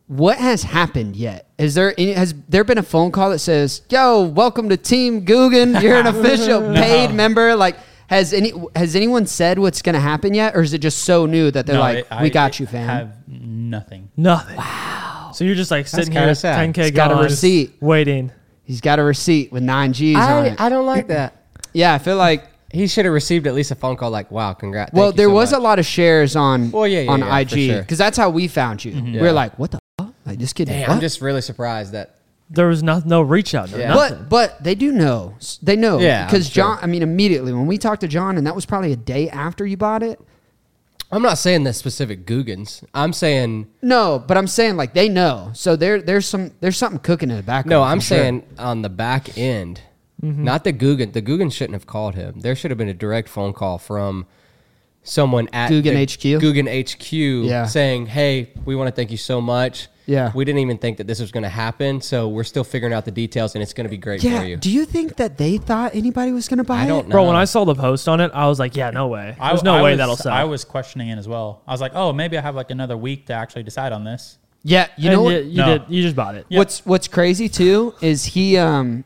S2: what has happened yet? Is there any, has there been a phone call that says, "Yo, welcome to Team Googan. You're an official paid member." Like, has any has anyone said what's going to happen yet, or is it just so new that they're
S1: No,
S2: like,
S1: I-
S2: "We
S1: I
S2: got you, fam."
S1: Have nothing.
S4: Nothing. Wow. So you're just like sitting
S3: kinda
S4: here,
S3: sad.
S4: 10k
S2: He's
S4: gone,
S2: got a receipt.
S4: waiting.
S2: He's got a receipt with nine G's on
S3: I,
S2: it.
S3: I don't like that.
S2: yeah, I feel like.
S3: He should have received at least a phone call like, "Wow, congrats."
S2: Well, there was a lot of shares on
S3: Well, yeah, yeah,
S2: on
S3: yeah, for
S2: IG because
S3: sure. Mm-hmm.
S2: that's how we found you. We were
S3: Yeah.
S2: like, "What the fuck? Like this kid?" did
S3: Damn,
S2: what?
S3: I'm just really surprised that
S4: There was no, no reach out. No,
S3: Yeah.
S4: nothing.
S2: But but they do know. S- They know.
S3: Yeah, I'm
S2: Because
S3: sure.
S2: John, I mean, immediately when we talked to John, and that was probably a day after you bought it.
S3: I'm not saying the specific Googans. I'm saying
S2: No, but I'm saying like they know. So there there's some there's something cooking in the background.
S3: no. I'm
S2: for sure. Mm-hmm.
S3: saying on the back end, not the Googan. The Googan shouldn't have called him. There should have been a direct phone call from someone at
S2: Googan
S3: the
S2: HQ?
S3: Googan HQ,
S2: Yeah.
S3: saying, "Hey, we want to thank you so much.
S2: Yeah.
S3: we didn't even think that this was going to happen. So we're still figuring out the details, and it's going to be great
S2: Yeah.
S3: for you.
S2: Do you think that they thought anybody was gonna buy
S3: I don't
S2: it?
S3: know,
S4: Bro, when I saw the post on it, I was like, yeah, no way.
S1: I-
S4: There's no
S1: I
S4: way
S1: was-
S4: that'll sell.
S1: I was questioning it as well. I was like, oh, maybe I have like another week to actually decide on this.
S2: Yeah. You
S4: And
S3: Uh,
S2: know what?
S4: you, you
S1: No.
S4: did. You just bought it.
S1: Yeah.
S2: What's What's crazy too is he. Um,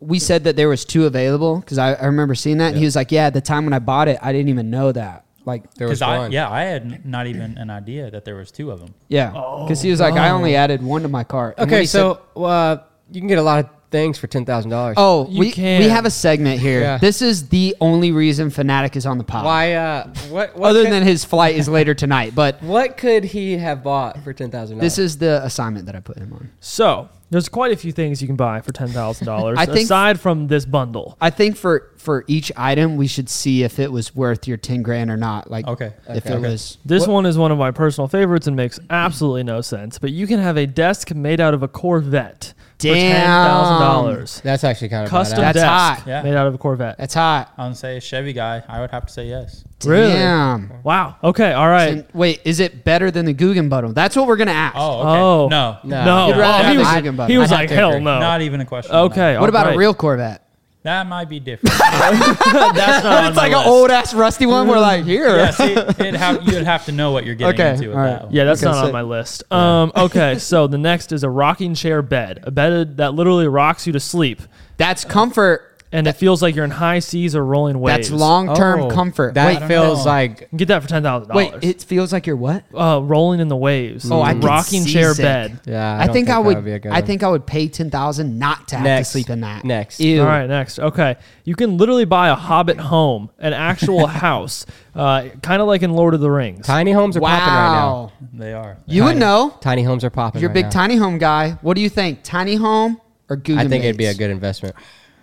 S2: we said that there was two available because I, I remember seeing that. And he was like, "Yeah, at the time when I bought it, I didn't even know that." Like,
S3: There was
S1: Because I
S3: one.
S1: yeah, I had n- not even an idea that there was two of them.
S2: yeah, because he was like, "I only added one to my cart." And when
S3: Okay,
S2: he said-
S3: so uh, you can get a lot of things for ten thousand dollars.
S2: Oh,
S4: You
S2: we
S4: can.
S2: we have a segment here.
S3: Yeah.
S2: This is the only reason Fanatic is on the pod.
S3: why? Uh, what, what
S2: Other
S3: could-
S2: than his flight is later tonight, but
S3: what could he have bought for ten thousand dollars?
S2: this is the assignment that I put him on.
S4: So there's quite a few things you can buy for ten thousand dollars
S2: I think-
S4: aside from this bundle.
S2: I think for for each item, we should see if it was worth your ten grand or not. Like,
S1: Okay.
S2: if
S3: Okay.
S2: it
S3: Okay.
S2: was.
S4: This one is one of my personal favorites and makes absolutely no sense. But you can have a desk made out of a Corvette for
S2: Damn.
S4: ten thousand dollars.
S3: That's actually kind of
S4: Custom
S3: badass.
S2: That's
S4: desk
S2: hot.
S1: Yeah.
S4: made out of a Corvette.
S2: That's hot.
S1: I would say Chevy guy. I would have to say yes.
S4: Really?
S2: Damn.
S4: Wow. Okay. All right.
S2: And wait, is it better than the Guggen bundle? That's what we're gonna ask.
S1: Oh, okay.
S4: Oh
S1: no,
S3: No.
S4: No.
S3: You'd
S2: rather
S4: Oh,
S2: have
S4: he
S2: a
S4: was,
S2: Hagen button.
S4: he was
S3: I'd have
S4: like,
S3: to
S4: hell
S3: agree.
S4: no.
S1: not even a question. on
S4: okay.
S2: what about
S4: alright.
S2: a real
S1: that.
S2: Corvette?
S1: that might be different.
S4: That's not on
S2: It's
S4: my
S2: like
S4: list.
S2: an old ass rusty one. We're like, here.
S1: yeah, see, it'd have, you'd have to know what you're getting
S2: Okay,
S1: into with
S2: all right.
S1: that. One.
S4: Yeah, that's
S2: Okay,
S4: not
S2: so-
S4: on my list. Um, okay, so the next is a rocking chair bed, a bed that literally rocks you to sleep,
S2: That's comfort.
S4: and it feels like you're in high seas or rolling waves.
S2: That's long term
S3: Oh,
S2: comfort.
S3: That
S2: Wait,
S1: don't
S3: feels
S1: know.
S3: like
S4: You can get that for ten thousand
S2: wait.
S4: dollars.
S2: It feels like you're what?
S4: uh, rolling in the waves.
S2: Oh, I could
S4: rocking
S2: see
S4: chair
S2: sick.
S4: bed.
S3: yeah.
S2: I, think,
S3: don't
S2: I
S3: that
S2: would.
S3: be a good
S2: I
S3: one.
S2: think I would pay ten thousand not to have
S3: Next.
S2: to sleep in that.
S3: Next.
S2: Ew.
S4: All right, next. Okay, you can literally buy a hobbit home, an actual house, uh, kind of like in Lord of the Rings.
S3: tiny homes are popping right now.
S2: Wow.
S1: They are.
S2: You would
S3: Tiny-
S2: know.
S3: Tiny homes are popping.
S2: You're a
S3: right
S2: big
S3: now.
S2: tiny home guy. What do you think? Tiny home or Guggen?
S3: I think it'd be a good investment.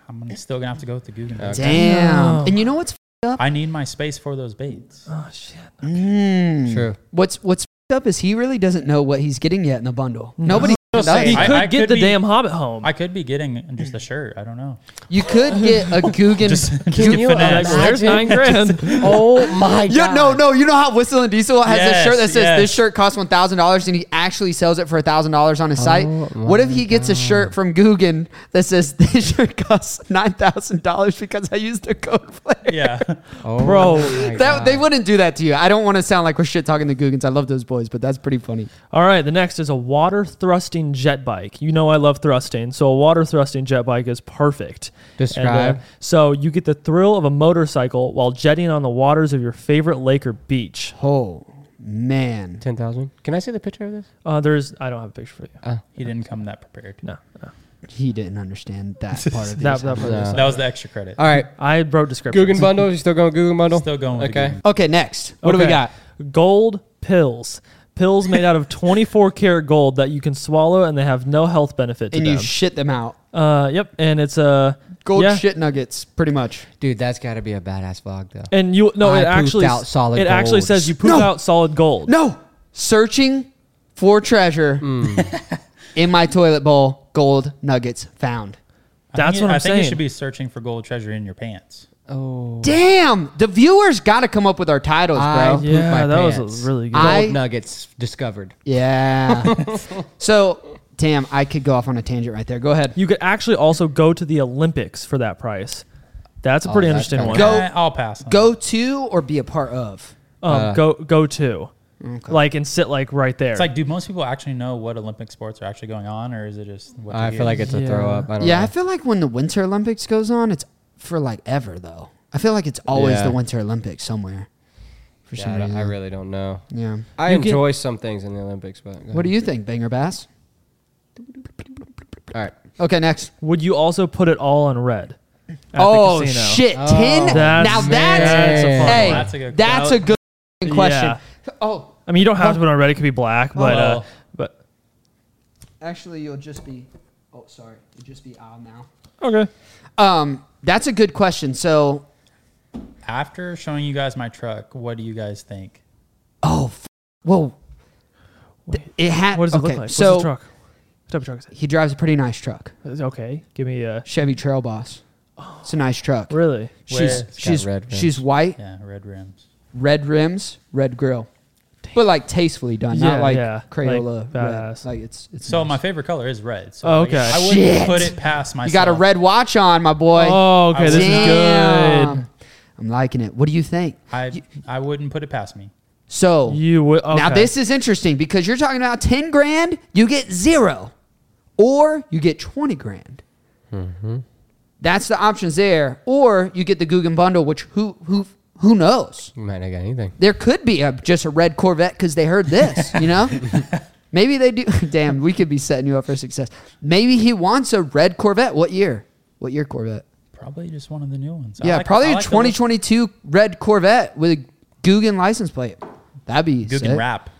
S1: I'm gonna- still gonna have to go with the Guggen. baits.
S2: Damn.
S4: No.
S2: And you know what's f***ed up?
S1: I need my space for those baits.
S4: Oh shit.
S2: Mm.
S3: True.
S2: What's what's f***ed up is he really doesn't know what he's getting yet in the bundle. Nobody
S4: No,
S3: someone does.
S4: He
S1: I-
S4: could
S1: I
S4: get
S1: could
S4: the
S1: be-
S4: damn Hobbit home.
S1: I could be getting just a shirt. I don't know.
S2: You could get a Guggen.
S1: Just, just
S3: Can
S1: get
S3: you
S1: finessed.
S4: Well, there's nine grand.
S3: oh my god!
S2: You, no, no. You know how Whistling Diesel has this
S1: Yes,
S2: shirt that says
S1: yes.
S2: this shirt costs one thousand dollars, and he actually sells it for thousand dollars on his site. What if he gets a shirt from Guggen that says this shirt costs nine thousand dollars because I used the code player?
S1: Yeah.
S3: Oh
S4: Bro.
S3: my
S2: That, they
S3: God.
S2: wouldn't do that to you. I don't want to sound like we're shit talking the Googans. I love those boys, but that's pretty funny.
S4: All right, the next is a water thrusting jet bike. You know I love thrusting, so a water thrusting jet bike is perfect. uh,
S3: Describe.
S4: so you get the thrill of a motorcycle while jetting on the waters of your favorite lake or beach.
S2: Oh man,
S3: ten thousand. Can I see the picture of this?
S4: Uh, there's I don't have a picture for you.
S2: Uh,
S1: He didn't come that prepared.
S4: No, no.
S2: he didn't understand that part of
S4: that
S2: it.
S4: that part
S3: No.
S4: is-
S1: That was the extra credit.
S3: All right,
S4: I wrote description.
S3: Guggen bundle. You still going Guggen bundle?
S1: Still going with the
S3: okay.
S1: Guggen.
S2: Okay, next. What do we
S4: Okay.
S2: got?
S4: Gold pills. Pills made out of 24 karat gold that you can swallow and they have no health benefit to
S2: And
S4: them.
S2: you shit them out.
S4: uh, yep, and it's a
S2: Gold
S4: yeah.
S2: shit nuggets, pretty much.
S3: Dude, that's got to be a badass vlog though.
S4: And you no,
S3: I
S4: it
S3: pooped
S4: actually
S3: out solid
S4: it actually
S3: gold.
S4: says you poop
S2: No.
S4: out solid gold.
S2: No, searching for treasure
S3: Hmm.
S2: in my toilet bowl. Gold nuggets found.
S1: I
S4: That's
S1: think
S4: what
S1: you-
S4: I'm
S1: I think you
S4: saying.
S1: should be searching for gold treasure in your pants.
S3: Oh,
S2: Damn, the viewers got to come up with our titles,
S3: I-
S2: bro.
S3: Poop my
S4: Yeah, that
S3: pants.
S4: was a really good.
S2: I-
S3: gold nuggets discovered.
S2: Yeah. so, damn, I could go off on a tangent right there. Go ahead.
S4: you could actually also go to the Olympics for that price. That's a
S2: Oh,
S4: pretty
S3: that's
S4: interesting
S3: kinda
S4: one.
S2: Go-
S4: Go,
S1: Eh, I'll pass. On.
S2: Go to or be a part of.
S4: um,
S3: Uh,
S4: go, go to, like and sit like right there.
S1: It's like, do most people actually know what Olympic sports are actually going on, or is it just? What
S3: I
S1: you
S3: feel like
S1: hear?
S3: it's a
S4: Yeah.
S3: throw up. I don't
S2: Yeah, I
S3: know.
S2: feel like when the Winter Olympics goes on, it's for like ever though. I feel like it's always
S3: Yeah.
S2: the Winter Olympics somewhere. For
S3: Yeah,
S2: some
S3: I, don't-
S2: reason.
S3: I really don't know.
S2: yeah.
S3: I
S4: You can-
S3: enjoy some things in the Olympics, but
S2: What do you think, Banger Bass?
S3: All right,
S2: Okay, next.
S4: would you also put it all on red? at the
S2: oh
S4: casino?
S2: shit,
S3: Oh,
S2: ten.
S4: that's-
S2: now that's
S3: That's a fun
S2: hey,
S1: one.
S2: that's
S1: That's
S2: a
S1: a
S2: good,
S1: good-
S2: question.
S4: Yeah.
S2: Oh,
S4: I mean, you don't have to put it on red; it could be black, but uh,
S1: Oh.
S4: but
S2: actually, you'll just be. Oh, sorry, you'll just be out now.
S4: okay.
S2: Um, that's a good question. So,
S1: After showing you guys my truck, what do you guys think?
S2: oh, f- whoa, Th- it had.
S4: What does it
S2: okay,
S4: look like?
S2: So
S4: What's the truck? What type of truck is it?
S2: he drives a pretty nice truck,
S4: Is it Okay, give me a
S2: Chevy Trail Boss. It's a nice truck.
S4: really.
S2: She's
S1: Where- It's
S2: she's
S3: red rims.
S2: she's white,
S1: Yeah, red rims.
S2: red rims, red grill, but like tastefully done, not
S4: Yeah,
S2: like
S4: yeah,
S2: Crayola.
S4: like
S2: red.
S4: badass.
S2: Like it's it's
S1: So
S2: nice.
S1: my favorite color is red. So
S4: Oh,
S1: like,
S4: okay.
S1: I wouldn't
S2: Shit.
S1: put it past myself.
S2: You got a red watch on, my boy.
S4: Oh, okay, this is good.
S2: I'm liking it. What do you think?
S1: I I wouldn't put it past me.
S2: So
S4: You would okay.
S2: now this is interesting because you're talking about ten grand, you get zero, or you get twenty grand.
S1: Mm-hmm.
S2: That's the options there, or you get the Guggen bundle, which who who who knows?
S3: you might not get anything.
S2: There could be a, just a red Corvette because they heard this, you know. Maybe they do. Damn, we could be setting you up for success. Maybe he wants a red Corvette. What year? What year Corvette?
S1: Probably just one of the new ones. I
S2: Yeah,
S1: like-
S2: probably
S1: I
S2: a
S1: like the
S2: 2022 red Corvette with a Guggen license plate. That'd be
S1: Guggen
S2: sick.
S1: wrap.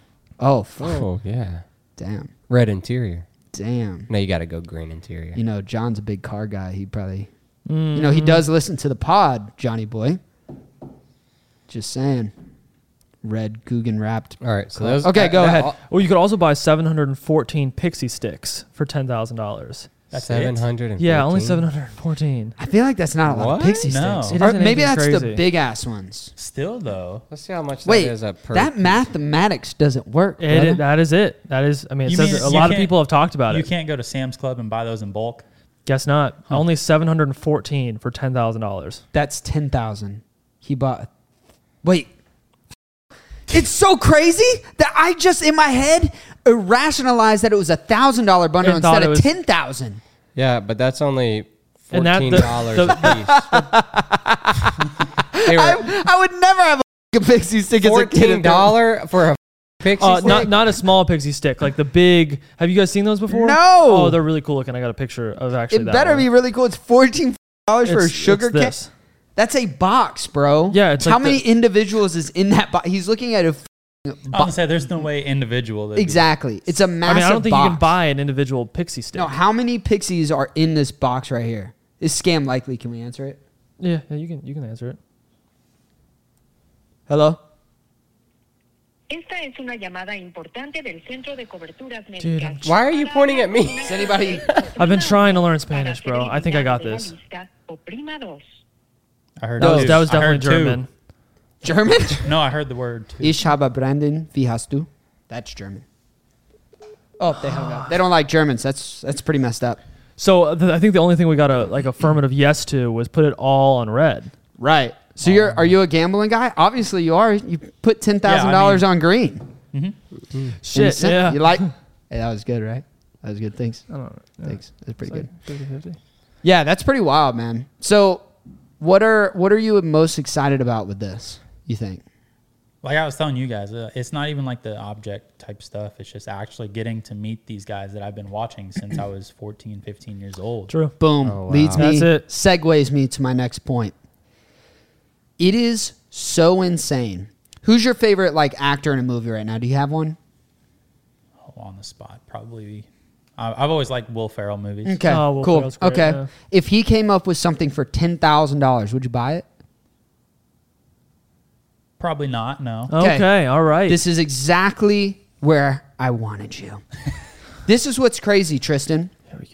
S2: Oh, f-
S3: Oh yeah,
S2: damn,
S3: red interior.
S2: damn.
S3: No, you got to go green interior.
S2: You know, John's a big car guy. He probably, you know, he
S1: Mm.
S2: does listen to the pod, Johnny boy. Just saying, red Guggen wrapped.
S3: All right, so those.
S2: Okay, go ahead.
S4: Well, oh, you could also buy 714 pixie sticks for ten thousand dollars.
S1: That's it?
S3: seven hundred and
S4: Yeah, only 714.
S2: I feel like that's not a lot
S3: What?
S2: of pixie
S1: No.
S2: sticks.
S1: It
S2: Or
S4: isn't
S2: maybe
S4: anything
S2: that's the
S4: crazy.
S2: big ass ones.
S1: Still though,
S3: Let's see how much
S2: Wait,
S3: that is a per.
S2: that mathematics doesn't work.
S4: It,
S2: brother.
S4: that is it. That is. I mean, it
S1: You
S4: says
S1: mean
S4: it- a
S1: you
S4: lot of
S1: can't-
S4: people have talked about
S1: you
S4: it.
S1: can't go to Sam's Club and buy those in bulk.
S4: Guess not. Only 714 for ten thousand dollars.
S2: That's ten thousand. He bought. Wait. It's so crazy that I just in my head rationalized that it was a thousand dollar bundle
S4: And
S2: instead
S4: thought it
S2: of
S4: was-
S2: ten thousand.
S3: yeah, but that's only
S4: And that-
S3: fourteen
S4: the-
S3: dollars
S4: the-
S3: a piece. They were
S2: I, I would never have a pixie stick as a kid.
S3: fourteen dollar for a pixie
S4: Uh,
S3: stick.
S4: not not a small pixie stick, like the big. Have you guys seen those before?
S2: No.
S4: Oh, they're really cool looking. I got a picture of actually.
S2: It
S4: that
S2: better
S4: one.
S2: be really cool. It's fourteen dollars for a
S4: It's-
S2: sugar
S4: it's
S2: cane.
S4: this.
S2: That's a box, bro.
S4: Yeah, it's
S2: how
S4: like
S2: many
S4: the-
S2: individuals is in that box? He's looking at a f-
S1: I was gonna say there's no way individual. that'd be-
S2: exactly. It's a
S4: I
S2: massive.
S4: mean, I don't think
S2: box.
S4: you can buy an individual pixie stick.
S2: No, how many pixies are in this box right here? Is scam likely? Can we answer it?
S4: Yeah, yeah, you can you can answer it.
S2: Hello.
S5: Is there es una llamada importante del centro de coberturas médicas.
S4: I'm-
S3: Why are you pointing at me?
S5: Is
S2: anybody-
S4: I've been trying to learn Spanish, bro. I think I got this.
S1: I heard
S4: That was, that was
S1: I
S4: definitely
S1: heard
S4: German.
S2: German?
S1: two. No, I heard the word too.
S2: Ich habe Brandon, wie hast du? That's German. Oh, they hung up. They don't like Germans. That's that's pretty messed up.
S4: So th- I think the only thing we got a like affirmative yes to was put it all on red.
S2: Right. So you're are you a gambling guy? Obviously you are. You put ten thousand dollars on green. In a
S4: Shit,
S2: cent.
S4: yeah.
S2: You like? Hey, that was good, right? That was good. Thanks.
S4: I don't know.
S2: Thanks. That's pretty good.
S4: Like 50-50.
S2: Yeah, that's pretty wild, man. So, what are what are you most excited about with this? You think?
S1: like I was telling you guys, uh, it's not even like the object type stuff. It's just actually getting to meet these guys that I've been watching since I was 14, 15 years old.
S4: True.
S2: Boom.
S3: wow.
S2: Leads me.
S4: That's it.
S2: Segues me to my next point. It is so insane. Who's your favorite like actor in a movie right now? Do you have one?
S1: Oh, on the spot, probably. I, I've always liked Will Ferrell movies.
S2: Okay.
S4: Oh, Will
S2: cool.
S4: Ferrell's great,
S2: okay.
S4: yeah.
S2: If he came up with something for ten thousand dollars, would you buy it?
S1: Probably not. No.
S4: Okay. all right.
S2: This is exactly where I wanted you. this is what's crazy, Tristan.
S4: Here we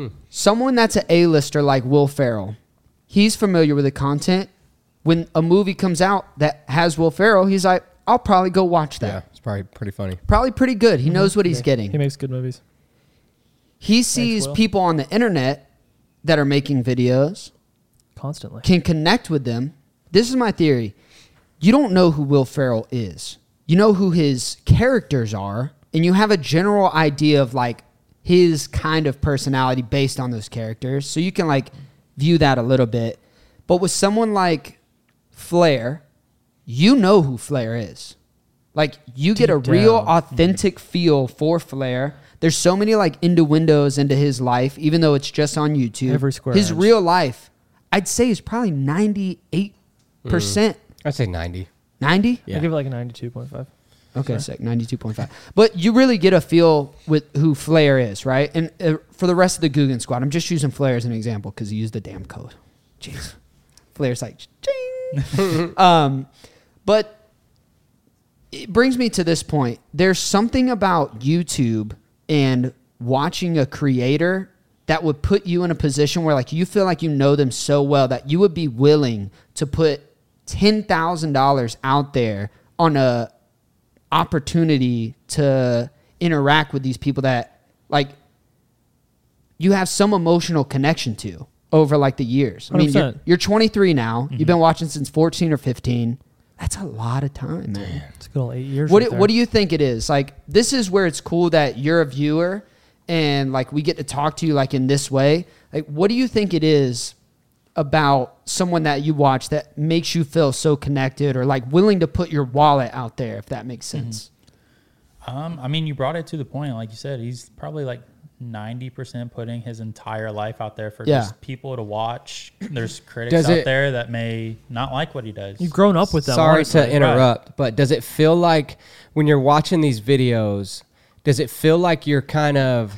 S4: go.
S2: someone that's an A-lister like Will Ferrell, he's familiar with the content. When a movie comes out that has Will Ferrell, he's like, I'll probably go watch that.
S3: Yeah, it's probably pretty funny.
S2: Probably pretty good. He knows what he's getting.
S4: Mm-hmm. He makes good movies.
S2: he sees
S4: Will.
S2: people on the internet that are making videos,
S4: Constantly.
S2: can connect with them. This is my theory. You don't know who Will Ferrell is. You know who his characters are, and you have a general idea of like his kind of personality based on those characters. So you can like view that a little bit. But with someone like Flair, you know who Flair is. Like you get a
S4: Deep
S2: real
S4: down. Mm-hmm.
S2: authentic feel for Flair. There's so many like innuendos into his life, even though it's just on YouTube.
S4: Every square
S2: His
S4: inch.
S2: real life, I'd say, is probably 98%.
S4: Mm.
S3: I'd say 90.
S2: 90?
S4: I give it like a ninety-two point five.
S2: Okay, sick. 92.5. But you really get a feel with who Flair is, right? And uh, for the rest of the Guggen squad, I'm just using Flair as an example because he used the damn code. Jeez. Flair's like, ding. um, but it brings me to this point. There's something about YouTube and watching a creator that would put you in a position where like you feel like you know them so well that you would be willing to put $10,000 out there on a opportunity to interact with these people that like you have some emotional connection to over like the years. I mean, you're,
S4: 100%.
S2: you're 23 now. You've been watching since 14 or 15. That's a lot of time, man.
S4: It's a good old eight years.
S2: What
S4: right
S2: do, what
S4: there.
S2: do you think it is? Like this is where it's cool that you're a viewer and like we get to talk to you like in this way. Like what do you think it is about someone that you watch that makes you feel so connected or like willing to put your wallet out there if that makes
S1: Mm-hmm.
S2: sense?
S1: Um, I mean, you brought it to the point. Like you said, he's probably like 90% putting his entire life out there for
S2: Yeah.
S1: just people to watch. There's critics
S3: Does
S1: out
S3: it-
S1: there that may not like what he does.
S4: You've grown up with them.
S3: Sorry
S4: honestly.
S3: to interrupt, but does it feel like when you're watching these videos, does it feel like you're kind of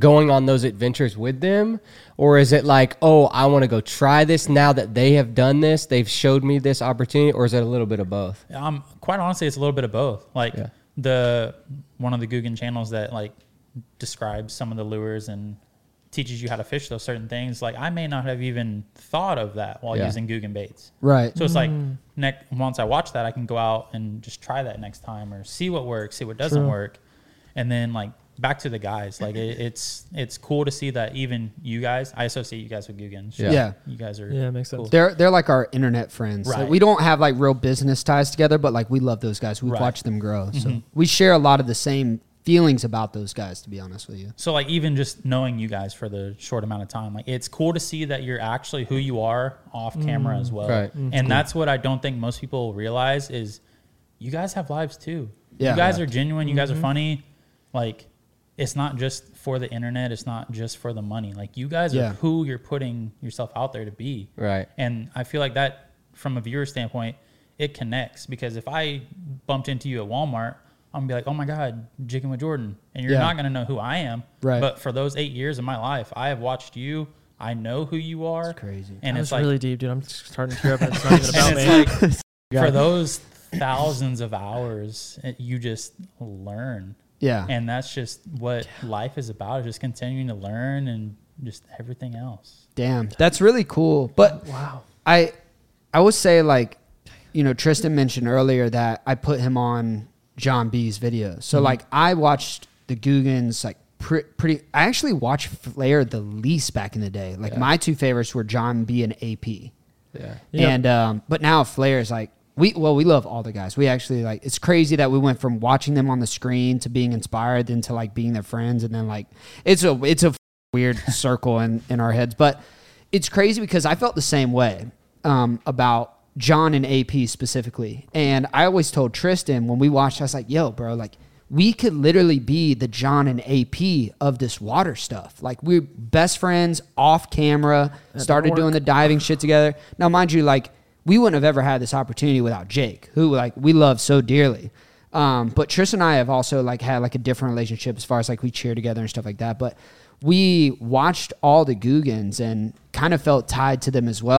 S3: going on those adventures with them? Or is it like, oh, I want to go try this now that they have done this? They've showed me this opportunity? Or is it a little bit of both?
S1: um, quite honestly, it's a little bit of both. Like the one of the Guggen channels that like describes some of the lures and teaches you how to fish those certain things. Like I may not have even thought of that while
S3: Yeah.
S1: using Guggen baits.
S2: Right.
S1: So it's like
S4: Mm.
S1: next once I watch that, I can go out and just try that next time or see what works, see what doesn't
S4: True.
S1: work, and then like back to the guys. Like it, it's it's cool to see that even you guys. I associate you guys with Guggen.
S3: Yeah.
S2: Yeah.
S1: You guys are
S4: Yeah, makes sense.
S2: They're they're like our internet friends. Like,
S1: Right.
S2: we don't have like real business ties together, but like we love those guys. We've
S1: Right. Mm-hmm.
S2: watched them grow. So we share a lot of the same feelings about those guys to be honest with you.
S1: So like even just knowing you guys for the short amount of time, like it's cool to see that you're actually who you are off camera as well.
S3: Right. Mm,
S1: And that's what I don't think most people realize is you guys have lives too.
S2: Yeah.
S1: You guys are genuine, you guys
S3: Mm-hmm.
S1: are funny. Like it's not just for the internet, it's not just for the money. Like you guys
S2: Yeah.
S1: are who you're putting yourself out there to be.
S3: Right.
S1: And I feel like that, from a viewer standpoint, it connects because if I bumped into you at Walmart, I'm gonna be like, oh my God, jigging with Jordan. And you're
S2: Yeah.
S1: not gonna know who I am.
S2: Right.
S1: But for those eight years of my life, I have watched you. I know who you are.
S2: crazy.
S1: And
S4: That
S1: it's
S4: was
S1: like,
S4: really deep, dude. I'm just starting to tear up. and It's not even about
S1: and
S4: me.
S1: it's like for those thousands of hours and you just learn
S2: Yeah.
S1: and that's just what life is about is just continuing to learn and just everything else
S2: Damn, that's really cool. But
S4: Wow.
S2: I I would say like you know Tristan mentioned earlier that I put him on John B's video. So like I watched the Googans like pr- pretty. I actually watched Flair the least back in the day. Like my two favorites were John B and AP.
S3: Yeah.
S4: Yep.
S2: And um, but now Flair is like we well we love all the guys. We actually like it's crazy that we went from watching them on the screen to being inspired, then to like being their friends, and then like it's a it's a weird circle in in our heads. But it's crazy because I felt the same way um, about John and AP specifically, and I always told Tristan when we watched, I was like, "Yo, bro, like." We could literally be the John and AP of this water stuff. Like we're best friends off camera. started doing
S4: work.
S2: the diving shit together. Now, mind you, like we wouldn't have ever had this opportunity without Jake, who like we love so dearly. Um, but Tris and I have also like had like a different relationship as far as like we cheer together and stuff like that. But we watched all the Googans and kind of felt tied to them as well.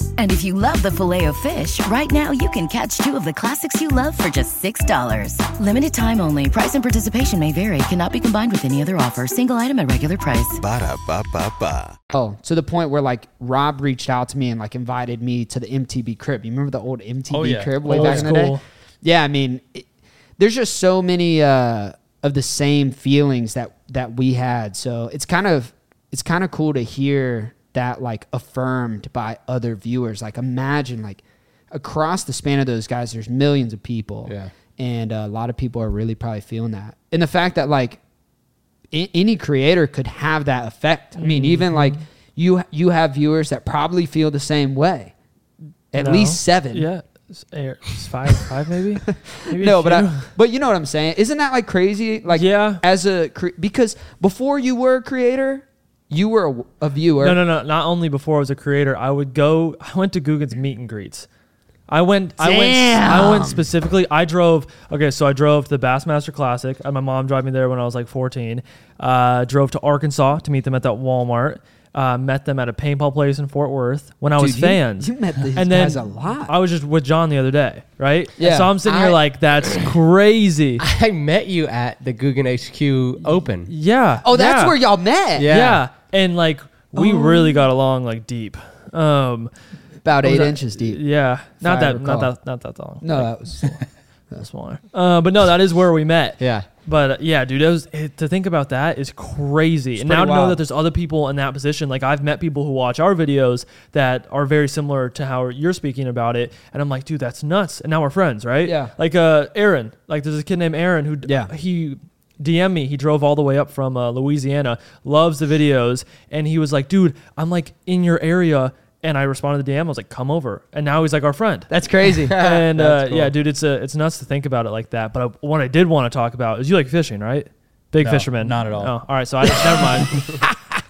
S6: And if you love the filet of fish, right now you can catch two of the classics you love for just $6. Limited time only. Price and participation may vary. Cannot be combined with any other offer. Single item at regular price.
S7: Ba-da-ba-ba-ba.
S2: Oh, to the point where like Rob reached out to me and like invited me to the MTB crib. You remember the old MTB
S1: Oh, yeah.
S2: crib way
S4: Old
S2: back in the day?
S4: school.
S2: Yeah, I mean, it, there's just so many uh, of the same feelings that that we had. So it's kind of it's kind of cool to hear that like affirmed by other viewers. Like imagine like across the span of those guys, there's millions of people.
S3: Yeah.
S2: And uh, a lot of people are really probably feeling that. And the fact that like a- any creator could have that effect. I mean,
S4: Mm-hmm.
S2: even like you you have viewers that probably feel the same way. At
S4: No.
S2: least seven.
S4: Yeah. It's eight- it's five, five maybe. Maybe a
S2: No, but
S4: few.
S2: I, but you know what I'm saying? Isn't that like crazy? Like
S4: Yeah.
S2: as a cre- because before you were a creator, you were a, a viewer.
S4: No, no, no. Not only before I was a creator, I would go. I went to Guggen's meet and greets. I went. I went. I went specifically. I drove. Okay, so I drove to the Bassmaster Classic. Uh, My mom drove me there when I was like 14. Uh, drove to Arkansas to meet them at that Walmart. Uh, met them at a paintball place in Fort Worth when I was
S2: Dude, you-
S4: fans.
S2: you met these
S4: and then
S2: guys a lot.
S4: I was just with John the other day, right?
S2: Yeah.
S4: So I'm sitting here
S3: I-
S4: like, that's crazy.
S3: I met you at the Guggen HQ Open.
S4: Yeah.
S2: Oh, that's
S4: yeah.
S2: where Oh. y'all met.
S3: Yeah.
S4: Yeah. And like we really got along like deep. Um,
S2: About eight
S4: that?
S2: inches deep.
S4: Yeah,
S2: I
S4: not that,
S2: recall.
S4: not that, not that long.
S2: No, that was
S4: That's smaller. Uh, but no, that is where we met.
S3: Yeah.
S4: But uh, yeah, dude, that was, it, to think about that is crazy. and now
S2: pretty
S4: to know
S2: wild.
S4: that there's other people in that position. Like I've met people who watch our videos that are very similar to how you're speaking about it, and I'm like, dude, that's nuts. And now we're friends, right?
S2: Yeah.
S4: Like uh, Aaron. Like there's a kid named Aaron who
S2: Yeah.
S4: he DM me. He drove all the way up from uh, Louisiana. Loves the videos, and he was like, dude, I'm like in your area. And I responded to the DM. I was like, "Come over." And now he's like our friend
S2: that's crazy.
S4: and uh, yeah, dude, it's a, it's nuts to think about it like that. But I, what I did want to talk about is you like fishing, right? Big
S1: No,
S4: fisherman.
S1: not at all.
S4: Oh, all right, so I never mind.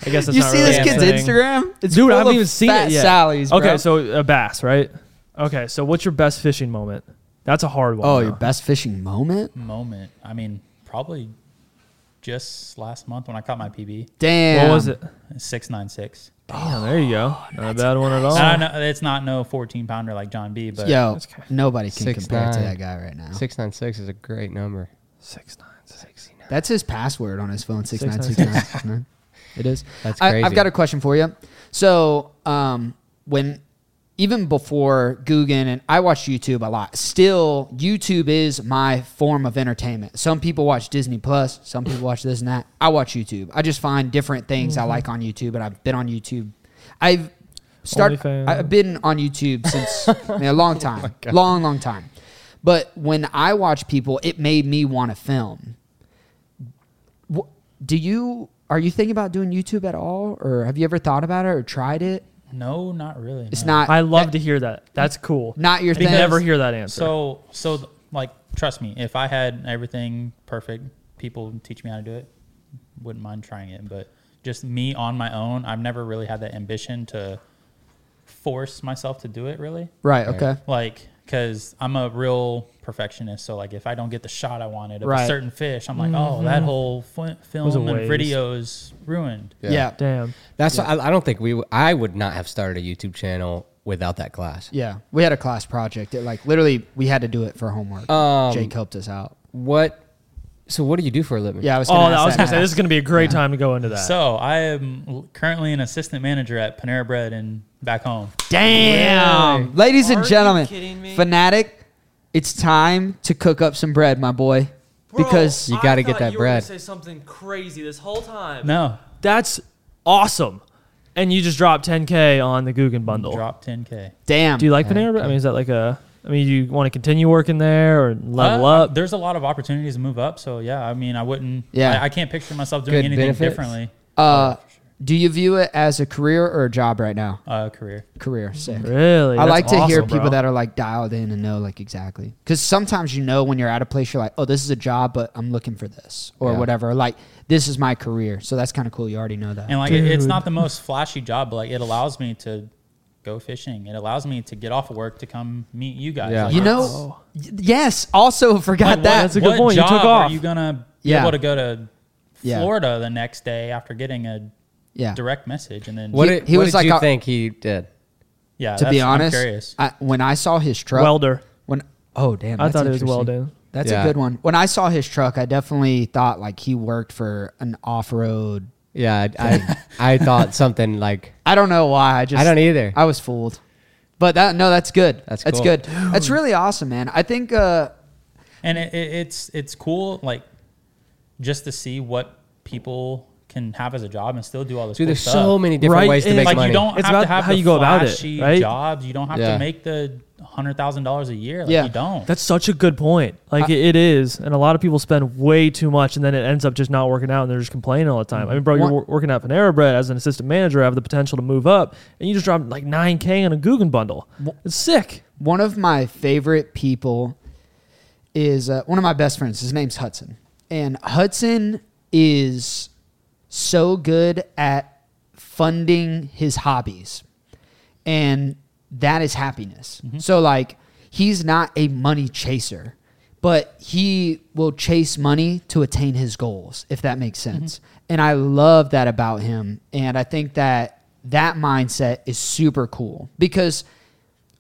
S4: I guess that's
S2: you
S4: not
S2: see
S4: really
S2: this
S4: a
S2: kid's
S4: thing.
S2: Instagram? It's
S4: dude.
S2: full
S4: I haven't
S2: of
S4: even seen
S2: fat
S4: it yet.
S2: Sallies, bro.
S4: Okay, so a bass, right? Okay, so what's your best fishing moment? That's a hard one.
S2: oh,
S4: though.
S2: your best fishing moment?
S1: moment i mean probably just last month when i caught my pb
S2: Damn. Oh,
S4: What was it?
S1: 696
S4: Damn, there you go. Not a bad one at all.
S1: I don't know, it's not no 14 pounder like john b but
S2: Yo,
S4: That's kind of-
S2: nobody can
S3: Six
S2: compare to
S3: nine.
S2: that guy right now.
S3: 696 is a great number.
S4: Six nine six.
S2: That's his password on his phone. Six nine six nine six nine. It is.
S3: That's
S2: I, I've
S3: crazy.
S2: got a question for you. So, um, when even before Googan and I watch YouTube a lot. Still, YouTube is my form of entertainment. Some people watch Disney Plus. Some people watch this and that. I watch YouTube. I just find different things
S3: Mm-hmm.
S2: I like on YouTube, and I've been on YouTube. I've started.
S4: OnlyFans. Oh
S2: I've been on YouTube since I mean, a long time, long, long time. But when I watch people, it made me want to film. Wh- Do you? Are you thinking about doing YouTube at all, or have you ever thought about it or tried it?
S1: no not really
S2: It's
S1: no.
S2: not.
S4: I love to hear that. That's cool.
S2: Not your
S4: I
S2: thing.
S4: Never hear that answer.
S1: So, so th- like, trust me, if I had everything perfect, people teach me how to do it, wouldn't mind trying it. But just me on my own, I've never really had that ambition to force myself to do it really.
S2: Right. Okay.
S1: Like, because I'm a real perfectionist. So, like, if I don't get the shot I wanted of
S2: Right.
S1: a certain fish, I'm like, oh, that whole f-
S4: was a
S1: film and
S4: waste.
S1: video's ruined.
S2: Yeah.
S3: Yeah.
S2: Yeah.
S4: Damn.
S3: That's why I, I don't think we. w- I would not have started a YouTube channel without that class.
S2: We had a class project. It, like literally, we had to do it for homework. Jake helped us out.
S3: What? So what do you do for a living?
S2: Yeah. I was.
S4: Oh,
S2: Gonna ask
S4: I was
S2: that
S4: gonna say
S2: next.
S4: this is gonna be a great time to go into that.
S1: So, I am l- currently an assistant manager at Panera Bread and back home.
S2: Damn. Ladies and
S8: Are you
S2: gentlemen,
S8: kidding me?
S2: fanatic, it's time to cook up some bread, my boy. because
S3: You gotta get that bread.
S4: Say something crazy this whole time.
S1: No,
S4: That's awesome. And you just dropped 10k on the Guggen bundle.
S1: drop 10K.
S2: damn.
S4: Do you like Panera? Bread? I mean, is that like a? I mean, do you want to continue working there or level
S1: Uh,
S4: up?
S1: There's a lot of opportunities to move up. So, yeah, I mean, I wouldn't,
S2: Yeah.
S1: yeah, I, I can't picture myself doing
S3: Good
S1: anything
S3: benefits.
S1: differently.
S2: uh, do you view it as a career or a job right now?
S1: Uh, career.
S2: Career, sick.
S4: Mm-hmm. Really?
S2: I like
S4: That's
S2: to hear
S4: awesome, bro.
S2: people that are like dialed in and know like exactly. Because sometimes you know when you're at a place, you're like, oh, this is a job, but I'm looking for this or
S3: Yeah.
S2: whatever. Like, this is my career. So that's kind of cool. You already know that.
S1: And like, it, it's not the most flashy job, but like, it allows me to go fishing. It allows me to get off of work to come meet you guys.
S3: Yeah.
S1: Like,
S2: you
S1: it's-
S2: know, y- yes, also forgot
S1: Like,
S2: that.
S4: oh. that's a good
S1: what
S4: point. You
S1: Job
S4: took off.
S1: Are you gonna be
S2: Yeah.
S1: able to go to
S2: Yeah.
S1: Florida the next day after getting a
S2: yeah.
S1: direct message and then
S3: What,
S2: He-
S3: did,
S2: he
S3: what
S2: was
S3: did
S2: like
S3: you
S2: a-
S3: think he did?
S1: Yeah,
S2: to be
S1: that's- I'm
S2: honest,
S1: curious.
S2: I, when I saw his truck,
S4: Welder.
S2: When oh damn,
S4: I
S2: that's
S4: thought it was
S2: interesting.
S4: Weldon.
S2: That's
S3: Yeah.
S2: a good one. When I saw his truck, I definitely thought like he worked for an off-road.
S3: Yeah, I I, I thought something like
S2: I don't know why. I just
S3: I don't either.
S2: I was fooled. But that no, that's good.
S3: That's
S2: that's
S3: cool.
S2: good. That's really awesome, man. I think uh,
S1: and it, it, it's it's cool like just to see what people can have as a job and still do all this.
S3: Dude,
S1: cool
S3: there's
S1: stuff.
S3: so many different
S4: Right,
S3: ways to
S4: and-
S3: make
S1: like
S3: money.
S1: you don't
S4: It's
S1: have
S4: about
S1: to have
S4: how
S1: the
S4: you go about it,
S1: flashy
S4: right?
S1: jobs. You don't have
S3: Yeah.
S1: to make the hundred thousand dollars a year. Like,
S2: Yeah.
S1: you don't.
S4: That's such a good point. Like it- it is, and a lot of people spend way too much, and then it ends up just not working out, and they're just complaining all the time. I mean, bro, you're
S2: One-
S4: wor- working at Panera Bread as an assistant manager, have the potential to move up, and you just dropped like nine k on a Guggen bundle. It's sick.
S2: one of my favorite people is uh, one of my best friends. His name's Hudson, and Hudson is so good at funding his hobbies, and that is happiness. So like, he's not a money chaser, but he will chase money to attain his goals, if that makes sense. And I love that about him, and I think that that mindset is super cool because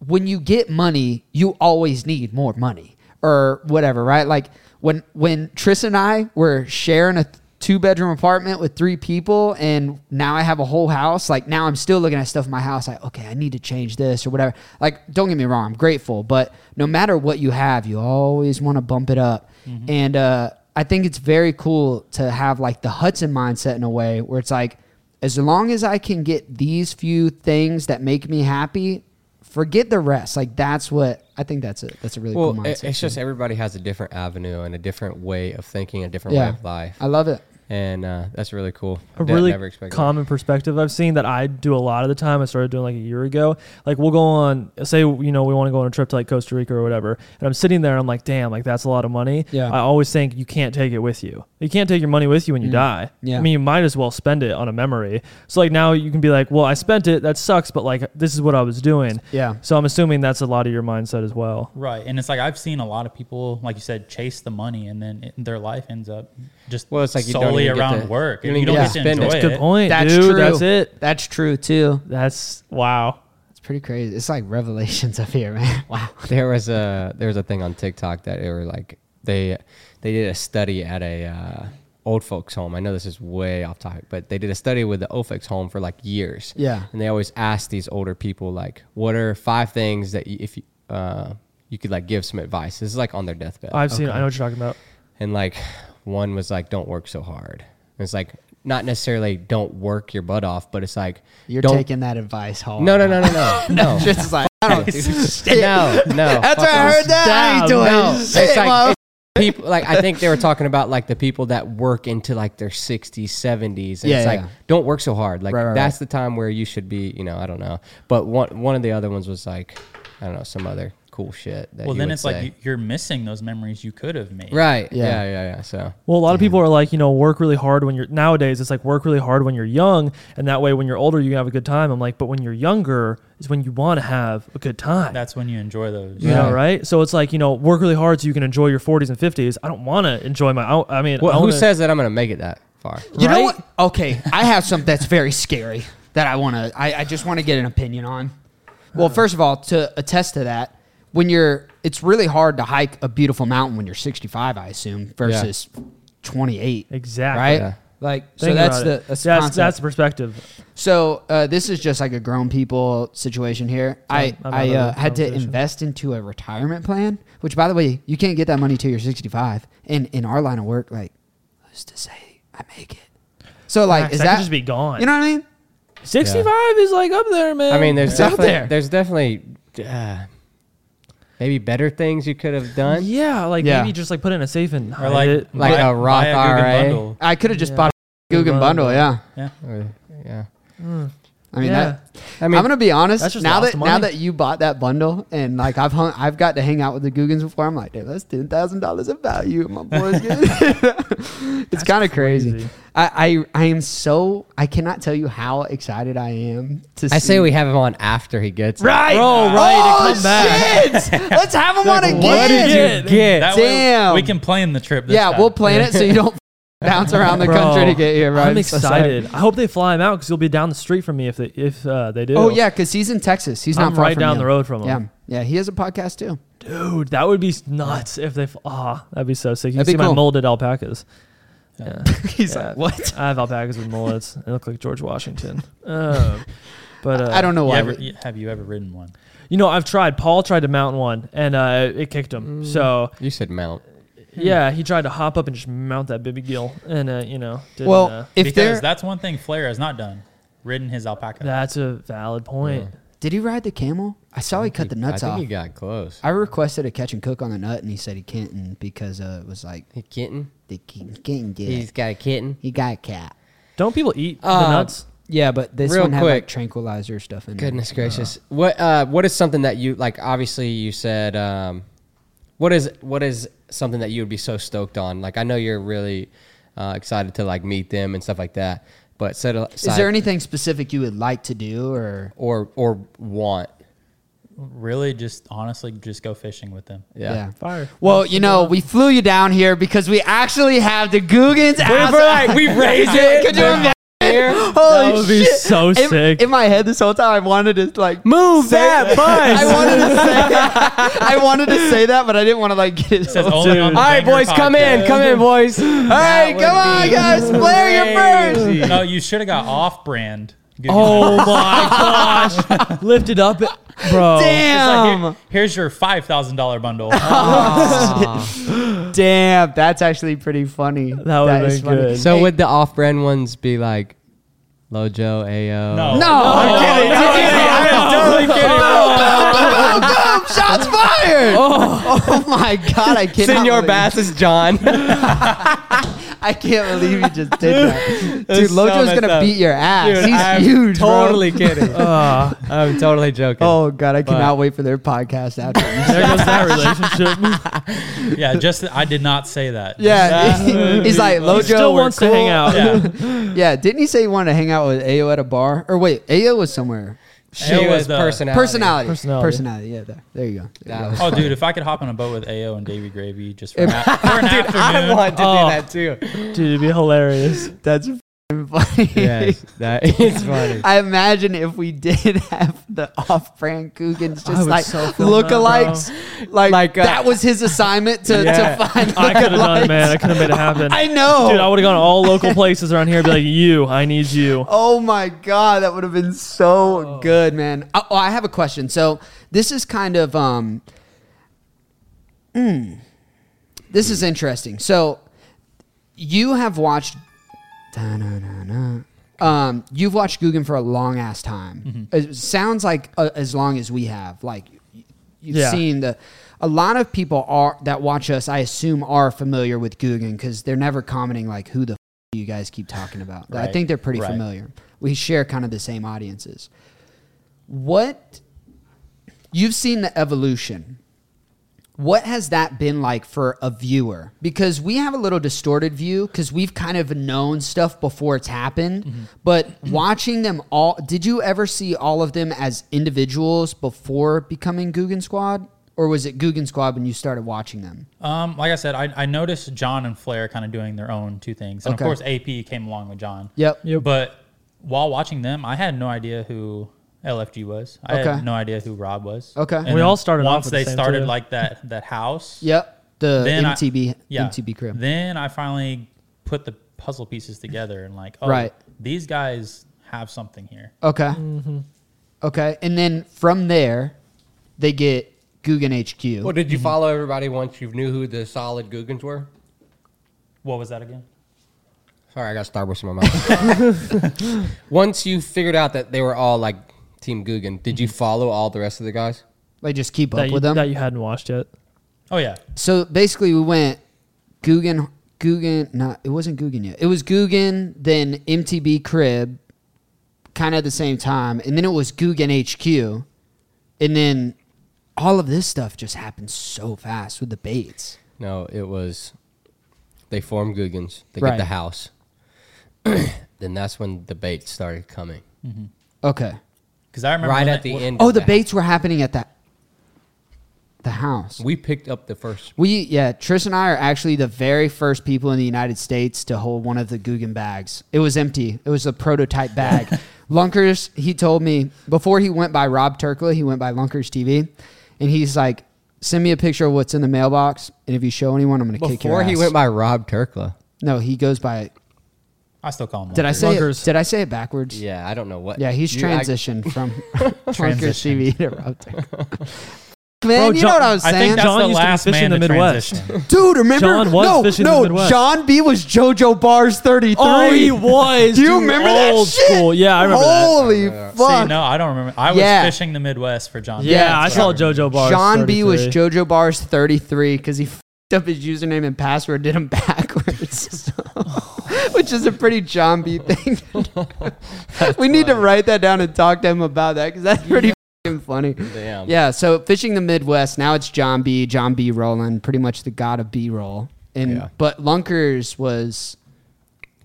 S2: when you get money, you always need more money or whatever, right? Like when when Tris and I were sharing a two bedroom apartment with three people and now I have a whole house, like now I'm still looking at stuff in my house like, okay, I need to change this or whatever. Like don't get me wrong, I'm grateful, but no matter what you have, you always want to bump it up. And uh I think it's very cool to have like the Hudson mindset in a way where it's like as long as I can get these few things that make me happy, forget the rest. Like that's what I think. That's it. That's a really
S3: well,
S2: cool
S3: it-
S2: mindset.
S3: it's
S2: too.
S3: just everybody has a different avenue and a different way of thinking, a different way
S2: yeah,
S3: of life,
S2: I love it.
S3: and uh, that's really cool.
S4: a
S3: Ne-
S4: really
S3: never expected.
S4: common perspective I've seen that I do a lot of the time. I started doing like a year ago. Like we'll go on, say you know we want to go on a trip to like Costa Rica or whatever, and I'm sitting there and I'm like, damn, like that's a lot of money.
S2: Yeah.
S4: I always think you can't take it with you. You can't take your money with you when you die.
S2: Mm. Yeah.
S4: I mean, you might as well spend it on a memory. So like now you can be like, well, I spent it. That sucks, but like this is what I was doing.
S2: Yeah.
S4: So I'm assuming that's a lot of your mindset as well.
S1: Right, and it's like I've seen a lot of people, like you said, chase the money, and then it, their life ends up just
S3: Well, it's like you don't
S1: solely
S3: even get
S1: around
S3: to-
S1: work.
S3: you
S1: You
S3: don't
S1: don't, you
S3: even
S1: don't
S2: get
S1: get
S2: to
S1: to
S3: spend it.
S1: enjoy
S3: That's
S1: it.
S4: That's
S2: That's
S4: a good point, dude.
S2: true.
S4: That's it.
S2: That's true too.
S4: That's wow.
S2: It's pretty crazy. It's like revelations up here, man. Wow.
S3: There was a there was a thing on TikTok that it were like they they did a study at a uh, old folks home. I know this is way off topic, but they did a study with the old folks home for like years.
S2: Yeah.
S3: and they always ask these older people like, "What are five things that you, if you, uh, you could like give some advice?" This is like on their deathbed.
S4: I've seen. I know what you're talking about.
S3: and like one was like don't work so hard and it's like not necessarily don't work your butt off but it's like
S2: You're
S3: don't
S2: taking that advice hard.
S3: no no no no no no
S2: Just is like I don't.
S3: no no
S2: That's why I heard that. I ain't doing
S3: no it's
S2: shit,
S3: like
S2: mother-
S3: it's people like i think they were talking about like the people that work into like their 60s 70s and
S2: Yeah,
S3: it's
S2: yeah,
S3: like
S2: yeah.
S3: don't work so hard like
S2: Right, right,
S3: that's the time where you should be you know i don't know but one one of the other ones was like i don't know some other cool shit. That
S1: well,
S3: you
S1: then
S3: would
S1: it's
S3: say.
S1: like you- you're missing those memories you could have made.
S3: right.
S2: Yeah.
S3: Yeah. yeah, yeah, So
S4: Well, a lot of people are like, you know, work really hard when you're nowadays. It's like work really hard when you're young, and that way when you're older, you can have a good time. I'm like, but when you're younger is when you want to have a good time.
S1: That's when you enjoy those.
S4: you know, right? So it's like, you know, work really hard so you can enjoy your 40s and 50s. I don't want to enjoy my. I, I mean, I
S3: well, who
S4: wanna-
S3: says that I'm gonna make it that far?
S2: You know
S4: Right?
S2: what? Okay, I have something that's very scary that I want to. I, I just want to get an opinion on. Well, first of all, to attest to that, when you're, it's really hard to hike a beautiful mountain when you're 65, I assume, versus 28.
S4: Exactly.
S2: Right?
S3: Yeah.
S2: Like, so
S4: Think
S2: that's
S4: about
S2: the
S4: it.
S2: that's the
S4: that's,
S2: concept.
S4: that's the perspective.
S2: So uh, this is just like a grown people situation here. I I
S4: I'm out of
S2: uh,
S4: the
S2: had to
S4: conversation.
S2: invest into a retirement plan, which by the way, you can't get that money till you're 65. And in our line of work, like who's to say I make it? So like,
S4: Facts,
S2: is
S4: that
S2: that,
S4: could just be gone.
S2: You know what I mean?
S4: 65 is like up there, man.
S3: I mean, there's
S2: It's out
S3: definitely
S2: there.
S3: there's definitely uh, maybe better things you could have done.
S4: yeah, like
S2: Yeah.
S4: maybe just like put it in a safe and
S1: Or
S4: hide
S1: like
S4: it.
S3: Like
S1: buy-
S3: a Roth
S1: buy Guggen
S3: IRA.
S1: bundle.
S2: I could have just bought a Guggen bundle. Yeah.
S3: Or- yeah.
S2: I mean,
S4: Yeah.
S2: that,
S3: I
S2: I
S3: mean,
S2: am gonna be honest.
S4: that's just
S2: now
S4: lost
S2: that now
S4: money.
S2: that you bought that bundle, and like I've hung, I've got to hang out with the Googans before. I'm like, dude, that's ten thousand dollars of value. My boys, getting." it's kind of crazy.
S4: crazy.
S2: I, I I am so I cannot tell you how excited I am to. see
S3: I say we have him on after he gets. it.
S2: right,
S4: Bro, right, to
S2: Oh,
S4: come back.
S2: shit! Let's have them on again.
S3: What did
S4: Get.
S3: you get?
S1: That way
S2: Damn.
S1: we can plan the trip. This
S2: yeah,
S1: time.
S2: we'll plan it so you don't bounce around the
S4: Bro,
S2: country to get here. Right,
S4: I'm
S2: So sorry.
S4: excited. I hope they fly him out because he'll be down the street from me if they if uh, they do.
S2: Oh yeah, because he's in Texas. He's
S4: I'm
S2: not far
S4: right
S2: from
S4: down
S2: you.
S4: the road from him.
S2: Yeah, yeah. He has a podcast too.
S4: dude, that would be nuts if they. f- Ah, that'd be so sick. You can
S2: That'd be
S4: see
S2: cool.
S4: my molded alpacas. Yeah.
S2: He's
S4: Yeah.
S2: like, what?
S4: I have alpacas with mullets. I look like George Washington. Um, but uh,
S2: I don't know
S1: You
S2: why.
S1: ever-
S2: we-
S1: you- have you ever ridden one?
S4: You know, I've tried. Paul tried to mount one, and uh, it kicked
S2: Mm.
S4: him. So
S3: You said mount.
S2: Hmm.
S4: yeah, he tried to hop up and just mount that baby gill, and uh, you know, didn't,
S2: well,
S4: uh,
S2: if there
S1: Because that's one thing Flair has not done: ridden his alpaca.
S4: that's a valid point.
S2: did he ride the camel? I saw he cut the nuts
S3: I think
S2: off.
S3: he got close.
S2: I requested a catch and cook on the nut, and he said he can't because uh, it was like
S3: He kitten.
S2: the king can't do
S3: He's
S2: it.
S3: got a kitten.
S2: He got a cat.
S4: Don't people eat
S3: Uh,
S4: the nuts?
S2: Yeah, but this
S3: Real
S2: one had like
S3: quick.
S2: tranquilizer stuff in it.
S3: Goodness gracious. What uh what is something that you like obviously you said um what is what is something that you would be so stoked on? Like I know you're really uh, excited to like meet them and stuff like that. But set a-
S2: Is
S3: aside
S2: there anything specific you would like to do, or
S3: or or want?
S1: Really, just honestly, just go fishing with them.
S3: Yeah.
S4: Fire.
S2: Well, you know, we flew you down here because we actually have the Googans. outside.
S3: we raised
S2: Could you imagine?
S3: Here.
S2: Holy
S4: would be
S2: oh, shit.
S4: so
S2: In-
S4: sick.
S2: In my head, this whole time, I wanted to like
S3: Move
S2: say-
S3: that bus.
S2: I wanted to say that. I wanted to say that, but I didn't want to like get it.
S1: It says only on the
S3: All right,
S1: Banger
S3: boys, come in,
S1: podcast.
S3: come in, boys.
S2: All right, come on, guys, flare your birds.
S1: No, you should have got off-brand.
S4: Oh my gosh! Lift it up, bro.
S2: Damn,
S1: Here's your five thousand dollar bundle.
S2: damn, that's actually pretty funny. That
S4: would've
S2: is
S4: been good.
S3: So would the off-brand ones be like Lojo, Ayo?
S1: No,
S2: No, I'm kidding. I'm kidding.
S3: I'm totally kidding.
S2: Boom, shots fired. Oh, my god, I can't.
S3: Senor Bass is John.
S2: I can't believe you just did that,
S3: That's
S2: dude.
S3: so
S2: Lojo's
S3: messed
S2: gonna
S3: up.
S2: beat your ass.
S3: Dude,
S2: He's
S3: I'm
S2: huge, bro.
S3: Totally kidding. I'm totally joking.
S2: Oh god, I cannot wait for their podcast after. this.
S4: There goes that relationship.
S1: yeah, just I did not say that.
S2: yeah, he's like Lojo.
S4: he still
S2: we're
S4: wants to hang
S2: cool."
S4: out.
S1: yeah.
S2: Yeah, didn't he say he wanted to hang out with Ayo at a bar? Or wait, Ayo was somewhere.
S3: she
S1: Ayo
S3: was
S1: is the-
S3: uh, personality.
S2: Personality. Personality.
S4: Personality.
S2: Yeah, there, there you go. There you
S3: That
S2: go.
S3: was-
S1: Oh, dude, if I could hop on a boat with Ao and Davy Gravy just for, an a- for an afternoon,
S3: I want to
S4: Oh.
S3: do that too.
S4: Dude, it'd be hilarious.
S2: That's f***ing funny.
S3: Yes, that is funny.
S2: I imagine if we did have the off-brand Googans
S4: I
S2: just
S4: would
S2: like
S4: so feel bad,
S2: lookalikes, like,
S3: Like, uh,
S2: that was his assignment to,
S3: Yeah.
S2: to find
S4: I could have done, it,
S2: lookalikes.
S4: man. I could have made it happen.
S2: I know.
S4: Dude, I would have gone to all local places around here and be like, you, I need you.
S2: Oh my god, that would have been so good, man. Oh, oh, I have a question. So this is kind of um, mm, this is interesting. So you have watched, Da-na-na-na. um, you've watched Guggen for a long ass time. It sounds like uh, as long as we have. Like y- you've
S4: Yeah.
S2: seen the. A lot of people are that watch us, I assume, are familiar with Guggen because they're never commenting like who the f- you guys keep talking about. I
S1: Right,
S2: think they're pretty
S1: right.
S2: familiar. We share kind of the same audiences. What you've seen the evolution What has that been like for a viewer? Because we have a little distorted view because we've kind of known stuff before it's happened.
S1: Mm-hmm.
S2: But watching them all, did you ever see all of them as individuals before becoming Guggen Squad? Or was it Guggen Squad when you started watching them?
S1: Um, like I said, I, I noticed John and Flair kind of doing their own two things, and
S2: Okay.
S1: of course AP came along with John.
S2: Yep.
S4: Yep.
S1: But while watching them, I had no idea who LFG was. I
S2: Okay.
S1: had no idea who Rob was.
S2: Okay.
S1: And
S2: We
S1: then
S4: all started off
S1: once
S4: with the
S1: they
S4: same
S1: started
S4: two.
S1: like that that house.
S2: Yep. The
S1: Then I-
S2: MTB,
S1: yeah.
S2: MTB crib.
S1: Then I finally put the puzzle pieces together and like, oh,
S2: Right.
S1: these guys have something here.
S2: Okay.
S4: Mm-hmm.
S2: Okay. And then from there, they get Guggen HQ.
S3: Well, did you follow everybody once you knew who the solid Googans were?
S1: What was that again?
S3: Sorry, I got Starburst in my mouth. once you figured out that they were all like Team Googan, did you follow all the rest of the guys?
S2: Like just keep up
S4: that you,
S2: with them.
S4: that you hadn't watched yet.
S1: Oh yeah.
S2: so basically, we went Guggen, Guggen. Not it wasn't Guggen yet. It was Guggen, then MTB Crib, kind of at the same time, and then it was Guggen HQ, and then all of this stuff just happened so fast with the Bates.
S3: No, it was they formed Googans. They
S2: Right.
S3: get the house. then that's when the bait started coming.
S2: Okay.
S1: Because I remember
S3: Right
S1: when
S3: at
S1: they-
S3: the end.
S2: Oh,
S3: of
S2: the
S3: that.
S2: Bates were happening at that the house.
S3: We picked up the first.
S2: We yeah, Trish and I are actually the very first people in the United States to hold one of the Guggen bags. It was empty. It was a prototype bag. Lunkers, he told me before he went by Rob Turkla, he went by Lunkers TV, and he's like, "Send me a picture of what's in the mailbox, and if you show anyone, I'm gonna kick your
S3: Before
S2: ass."
S3: he went by Rob Turkla.
S2: no, he goes by.
S1: I still call him.
S2: Did I say it,
S4: Lunkers.
S2: did I say it backwards?
S3: Yeah, I don't know what.
S2: Yeah, he's
S3: you- I-
S2: transitioned from Lunkers
S1: Transition.
S2: TV to Rob Turkla. Man, you know what I was saying.
S1: I think that's
S4: John
S1: the
S4: used to be
S1: last
S4: fishing
S1: man
S4: in the
S1: to
S4: Midwest.
S1: transition.
S2: Dude, remember?
S4: John was
S2: no,
S4: fishing in
S2: no,
S4: the Midwest.
S2: John B was JoJo Bars 33.
S4: Oh, he was.
S2: Do you
S4: dude.
S2: remember
S4: old
S2: that shit?
S4: school? Yeah, I remember that.
S2: Holy
S1: See,
S2: fuck.
S1: no, I don't remember. I was
S2: Yeah.
S1: fishing the Midwest for John.
S4: Yeah, I
S1: That's what
S4: saw
S1: remember.
S4: JoJo Bars.
S2: John B was
S4: 33.
S2: JoJo Bars 33 because he fucked up his username and password, did him backwards. Which is a pretty John B thing. we need to write that down and talk to him about that because that's pretty fucking funny.
S3: Damn.
S2: Yeah, so fishing the Midwest, now it's John B, John B Roland, pretty much the god of B roll. And
S3: Yeah.
S2: but Lunkers was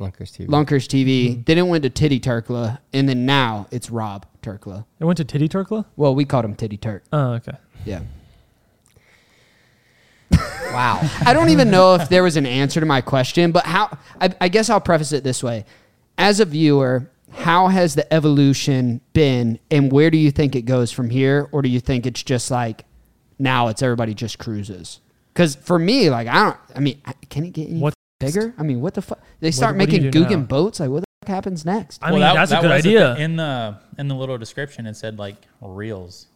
S3: Lunkers TV.
S2: Lunkers TV. Then it went to Titty Turkla, and then now it's Rob Turkla.
S4: It went to Titty Turkla.
S2: Well, we called him Titty Turk.
S4: Oh, okay.
S2: Yeah.
S3: Wow.
S2: I don't even know if there was an answer to my question, but how? I, I guess I'll preface it this way: as a viewer, how has the evolution been, and where do you think it goes from here, or do you think it's just like now it's everybody just cruises? Because for me, like I don't. I mean, I- can it get any
S4: What's
S2: bigger? I mean, what the fuck? They start
S4: what do you
S2: making
S4: do now?
S2: Guggen boats. Like, what the fuck happens next?
S4: I mean, that's a good
S1: was the
S4: idea.
S1: thing. in the in the little description, it said like reels.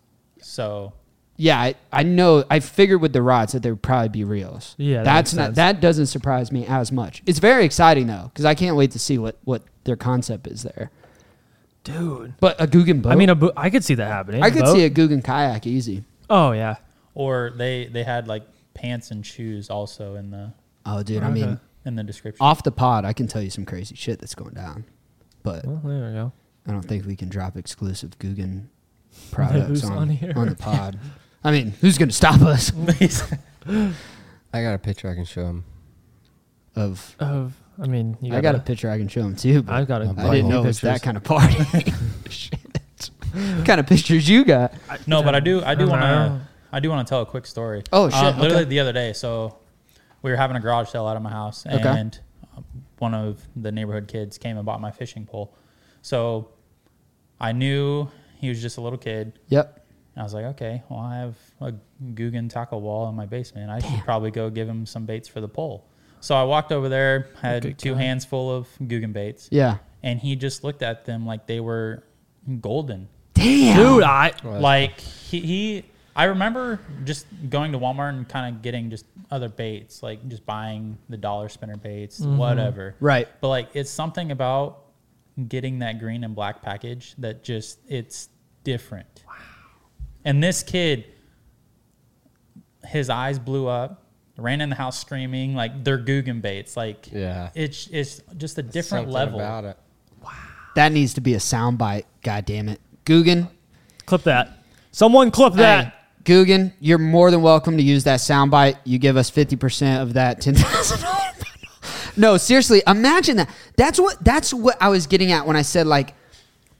S1: So
S2: Yeah, I, I know. I figured with the rods that there would probably be reels.
S4: Yeah, that
S2: that's
S4: makes
S2: not
S4: sense.
S2: that doesn't surprise me as much. It's very exciting though, because I can't wait to see what what their concept is there.
S4: Dude.
S2: But a Guggen boat,
S4: I mean, a bo- I could see that happening.
S2: I could
S4: Boat?
S2: see a Guggen kayak easy.
S4: Oh yeah.
S1: or they they had like pants and shoes also in the
S2: Oh, dude, I mean,
S4: Okay.
S1: in the description.
S2: off the pod, I can tell you some crazy shit that's going down, but
S4: Well, there we go.
S2: I don't think we can drop exclusive Guggen products
S4: Who's
S2: on
S4: on here?
S2: on the pod. I mean, who's going to stop us?
S3: I got a picture I can show him.
S2: Of
S4: Of, I mean, you
S2: I got a picture I can show him too. But
S4: I've got a
S2: I didn't
S3: butthole
S2: know it was that
S4: pictures.
S2: kind of party. Shit. what kind of pictures you got?
S1: no, but I do I do
S4: don't
S1: want
S4: know.
S1: to I do want to tell a quick story. Um,
S2: Oh, shit, okay.
S1: literally the other day, so we were having a garage sale out of my house,
S2: Okay.
S1: and um, one of the neighborhood kids came and bought my fishing pole. So I knew he was just a little kid.
S2: Yep.
S1: I was like, okay, well, I have a Guggen tackle wall in my basement. I should probably go give him some baits for the pole. So I walked over there, had two hands full of Guggen baits,
S2: Yeah.
S1: and he just looked at them like they were golden.
S2: Damn.
S4: dude. I
S1: Like he, he, I remember just going to Walmart and kind of getting just other baits, like just buying the dollar spinner baits,
S3: Mm-hmm.
S1: whatever.
S2: Right.
S1: But like, it's something about getting that green and black package that just it's different. Wow. And this kid, his eyes blew up, ran in the house screaming like they're Guggen baits. Like
S3: Yeah.
S1: it's it's just a different
S3: Something
S1: level.
S3: about it.
S2: That needs to be a soundbite. God damn it. Guggen.
S4: clip that. Someone clip that.
S2: Hey, Googan, you're more than welcome to use that soundbite. You give us 50% of that $10,000. no, seriously, imagine that. That's what that's what I was getting at when I said like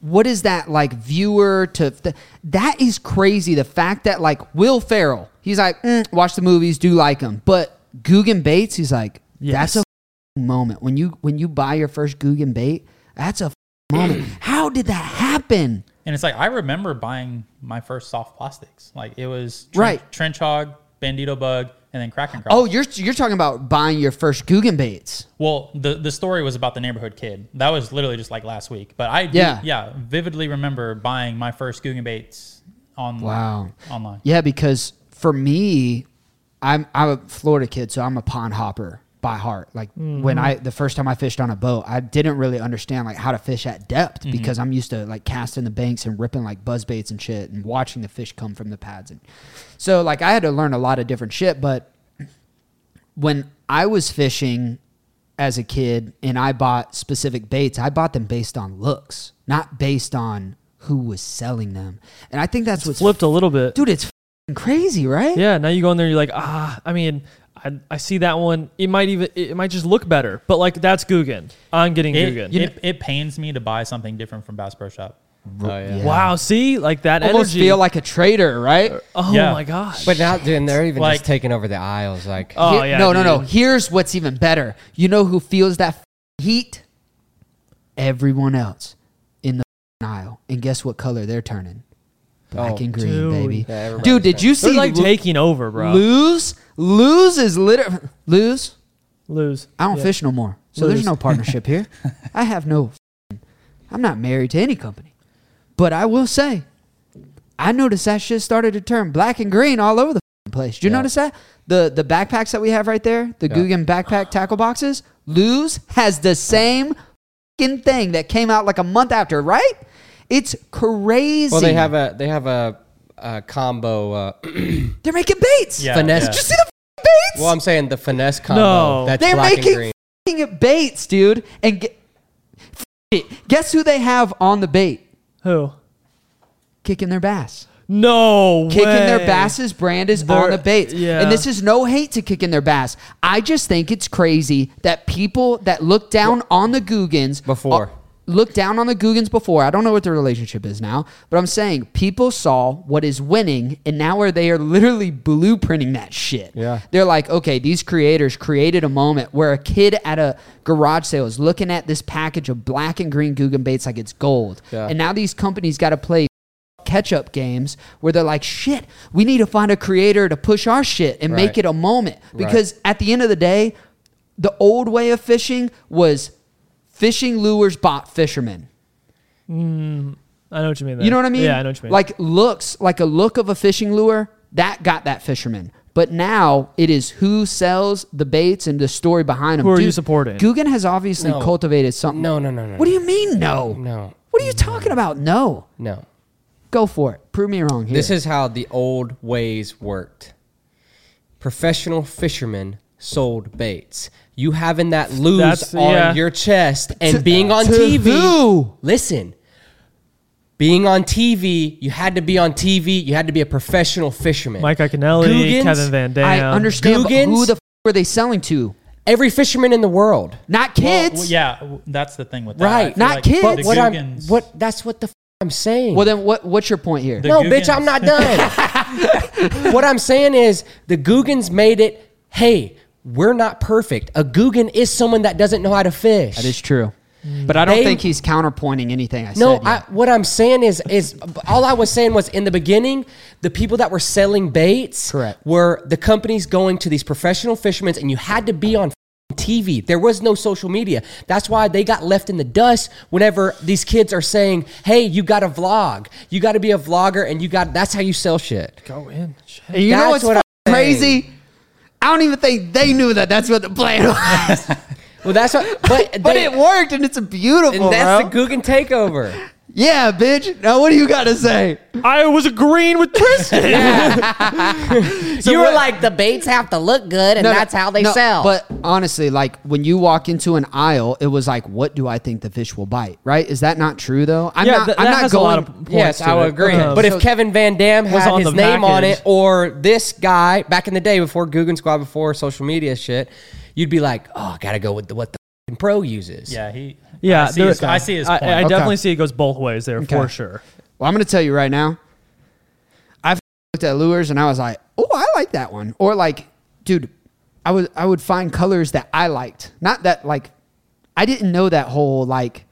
S2: what is that like viewer to th- that is crazy the fact that like Will Ferrell, he's like mm, watch the movies, do like them. But Googan Bates, he's like that's
S4: Yes.
S2: a f***ing moment when you when you buy your first Googan bait, that's a f***ing moment. How did that happen?
S1: And it's like I remember buying my first soft plastics. Like it was trench,
S2: Right.
S1: trench hog, bandito bug, and then kraken crawl.
S2: Oh, you're you're talking about buying your first Googan baits.
S1: well, the the story was about the neighborhood kid. That was literally just like last week. But I do,
S2: Yeah.
S1: yeah vividly remember buying my first Guggenbaits online.
S2: Wow.
S1: online.
S2: Yeah, because for me, I'm I'm a Florida kid, so I'm a pond hopper by heart. Like when I the first time I fished on a boat, I didn't really understand like how to fish at depth because I'm used to like casting the banks and ripping like buzz baits and shit and watching the fish come from the pads and so like I had to learn a lot of different shit, but when I was fishing as a kid and I bought specific baits, I bought them based on looks, not based on who was selling them. And I think that's what's
S4: Flipped a little bit.
S2: dude it's f***ing crazy right
S4: Yeah, now you go in there, you're like, ah, I mean, I, I see that one. It might even, it might just look better, but like that's Guggen. I'm getting
S1: It,
S4: Guggen.
S1: it, it pains me to buy something different from Bass Pro Shop.
S4: wow, see, like that
S2: almost
S4: energy.
S2: feel like a traitor right
S4: oh
S1: Yeah.
S4: my gosh.
S3: But now, dude, and they're even
S1: Like-
S3: just taking over the aisles. Like,
S4: oh
S2: Here-
S4: yeah,
S2: no no no
S4: dude.
S2: here's what's even better you know who feels that f***ing heat everyone else in the f***ing aisle and guess what color they're turning black
S3: Oh,
S2: and green
S4: dude.
S2: baby
S3: Yeah, everybody's
S2: dude did you
S4: They're
S2: see
S4: like
S2: Lu-
S4: taking over, bro.
S2: lose lose is literally lose
S4: Lose.
S2: i don't
S4: Yeah.
S2: fish no more so there's
S4: Lose.
S2: no partnership here i have no f***ing- i'm not married to any company but i will say I noticed that shit started to turn black and green all over the f***ing place. Did you
S3: Yeah.
S2: notice that? The the backpacks that we have right there, the
S3: Yeah.
S2: Guggen backpack tackle boxes, Lose has the same f***ing thing that came out like a month after, right? It's crazy.
S3: Well, they have a they have a, a combo. Uh,
S2: They're making baits.
S1: Yeah,
S3: Finesse.
S1: yeah.
S2: Did you see the f***ing baits?
S3: well, I'm saying the finesse combo.
S4: No.
S3: that's
S2: They're
S3: black and
S2: making
S3: green.
S2: f***ing baits, dude. And ge- f- it. guess who they have on the bait?
S4: Who?
S2: Kicking their bass.
S4: No
S2: Kicking their
S4: way.
S2: basses brand is on
S4: They're-
S2: the baits.
S4: yeah.
S2: And this is no hate to kicking their bass. I just think it's crazy that people that look down on the Googans uh,
S3: Before.
S2: look down on the Googans before. I don't know what their relationship is now, but I'm saying people saw what is winning and now where they are literally blueprinting that shit.
S3: Yeah.
S2: They're like, okay, these creators created a moment where a kid at a garage sale is looking at this package of black and green Guggen baits like it's gold.
S3: Yeah.
S2: And now these companies got to play catch up games where they're like, shit, we need to find a creator to push our shit and make
S3: Right.
S2: it a moment.
S3: Right.
S2: Because at the end of the day, the old way of fishing was fishing lures bought fishermen.
S4: I know what you mean. There.
S2: You know what I mean?
S4: Yeah, I know what you mean.
S2: Like looks, like a look of a fishing lure, that got that fisherman. But now it is who sells the baits and the story behind them.
S4: Who are you supporting?
S2: Guggen has obviously
S3: No.
S2: cultivated something.
S3: No, no, no, no,
S2: What do
S3: no.
S2: you mean no?
S3: No.
S2: What are you talking about? No.
S3: no.
S2: Go for it. Prove me wrong here.
S3: This is how the old ways worked. Professional fishermen sold baits. You having that lose
S4: That's-
S3: on
S4: yeah.
S3: your chest and
S2: To-
S3: being on
S2: to
S3: TV.
S2: who?
S3: Listen, being on TV, you had to be on TV. You had to be a professional fisherman.
S4: Mike Iaconelli,
S3: Googans,
S4: Kevin Van Dam.
S2: I understand, but
S3: Googans?
S2: who the f- were they selling to?
S3: Every fisherman in the world.
S2: Not
S1: Well,
S2: kids.
S1: well, yeah, w- that's the thing with that.
S3: Right.
S1: I feel
S2: Not kids.
S1: the
S3: But what I'm,
S1: Guggens-
S3: what that's what the f- I'm saying.
S2: Well, then what? What's your point here?
S1: The
S3: no, bitch,
S1: Guggens-
S3: I'm not done. what I'm saying is the Googans made it. Hey, we're not perfect. A Googan is someone that doesn't know how to fish.
S2: that is true, but I don't
S3: They-
S2: think he's counterpointing anything I
S3: No,
S2: said. yet.
S3: I, what I'm saying is, is all I was saying was in the beginning, the people that were selling baits
S2: Correct.
S3: were the companies going to these professional fishermen, and you had to be on f***ing TV. There was no social media. That's why they got left in the dust. Whenever these kids are saying, "Hey, you got to vlog. You got to be a vlogger, and you got that's how you sell shit."
S4: go in. Shit.
S2: And you know
S3: That's
S2: what's
S3: what I'm
S2: f-
S3: saying.
S2: crazy? I don't even think they knew that. That's what the plan was,
S3: Well, that's what, but
S2: but
S3: they-
S2: it worked, and it's beautiful.
S3: and that's
S2: bro.
S3: the Guggen takeover.
S2: Yeah, bitch. Now, what do you got to say?
S4: I was agreeing with Tristan.
S3: you were
S2: what-
S3: like, the baits have to look good, and
S2: No, no,
S3: that's how they
S2: no,
S3: sell.
S2: But honestly, like when you walk into an aisle, it was like, what do I think the fish will bite? Right? Is that not true though? I'm
S4: Yeah,
S2: not.
S4: that-
S2: I'm
S4: that
S2: not
S4: has a
S2: going.
S4: lot of points
S3: yes,
S4: to
S3: I would
S4: it. Um,
S3: agree.
S4: Okay.
S3: but
S4: So-
S3: if Kevin Van Dam had
S4: on
S3: his
S4: the
S3: name on
S4: package.
S3: it, or this guy back in the day before Googan Squad, before social media shit, you'd be like, oh, I gotta go with the, what the f***ing pro uses.
S1: Yeah, he.
S4: yeah,
S1: I see,
S4: there-
S1: his, I see his
S4: I,
S1: point.
S4: I definitely
S2: Okay.
S4: see it goes both ways there
S2: Okay.
S4: for sure.
S2: well, I'm going to tell you right now. I've looked at lures and I was like, oh, I like that one. Or like, dude, I would I would find colors that I liked. Not that like, I didn't know that whole like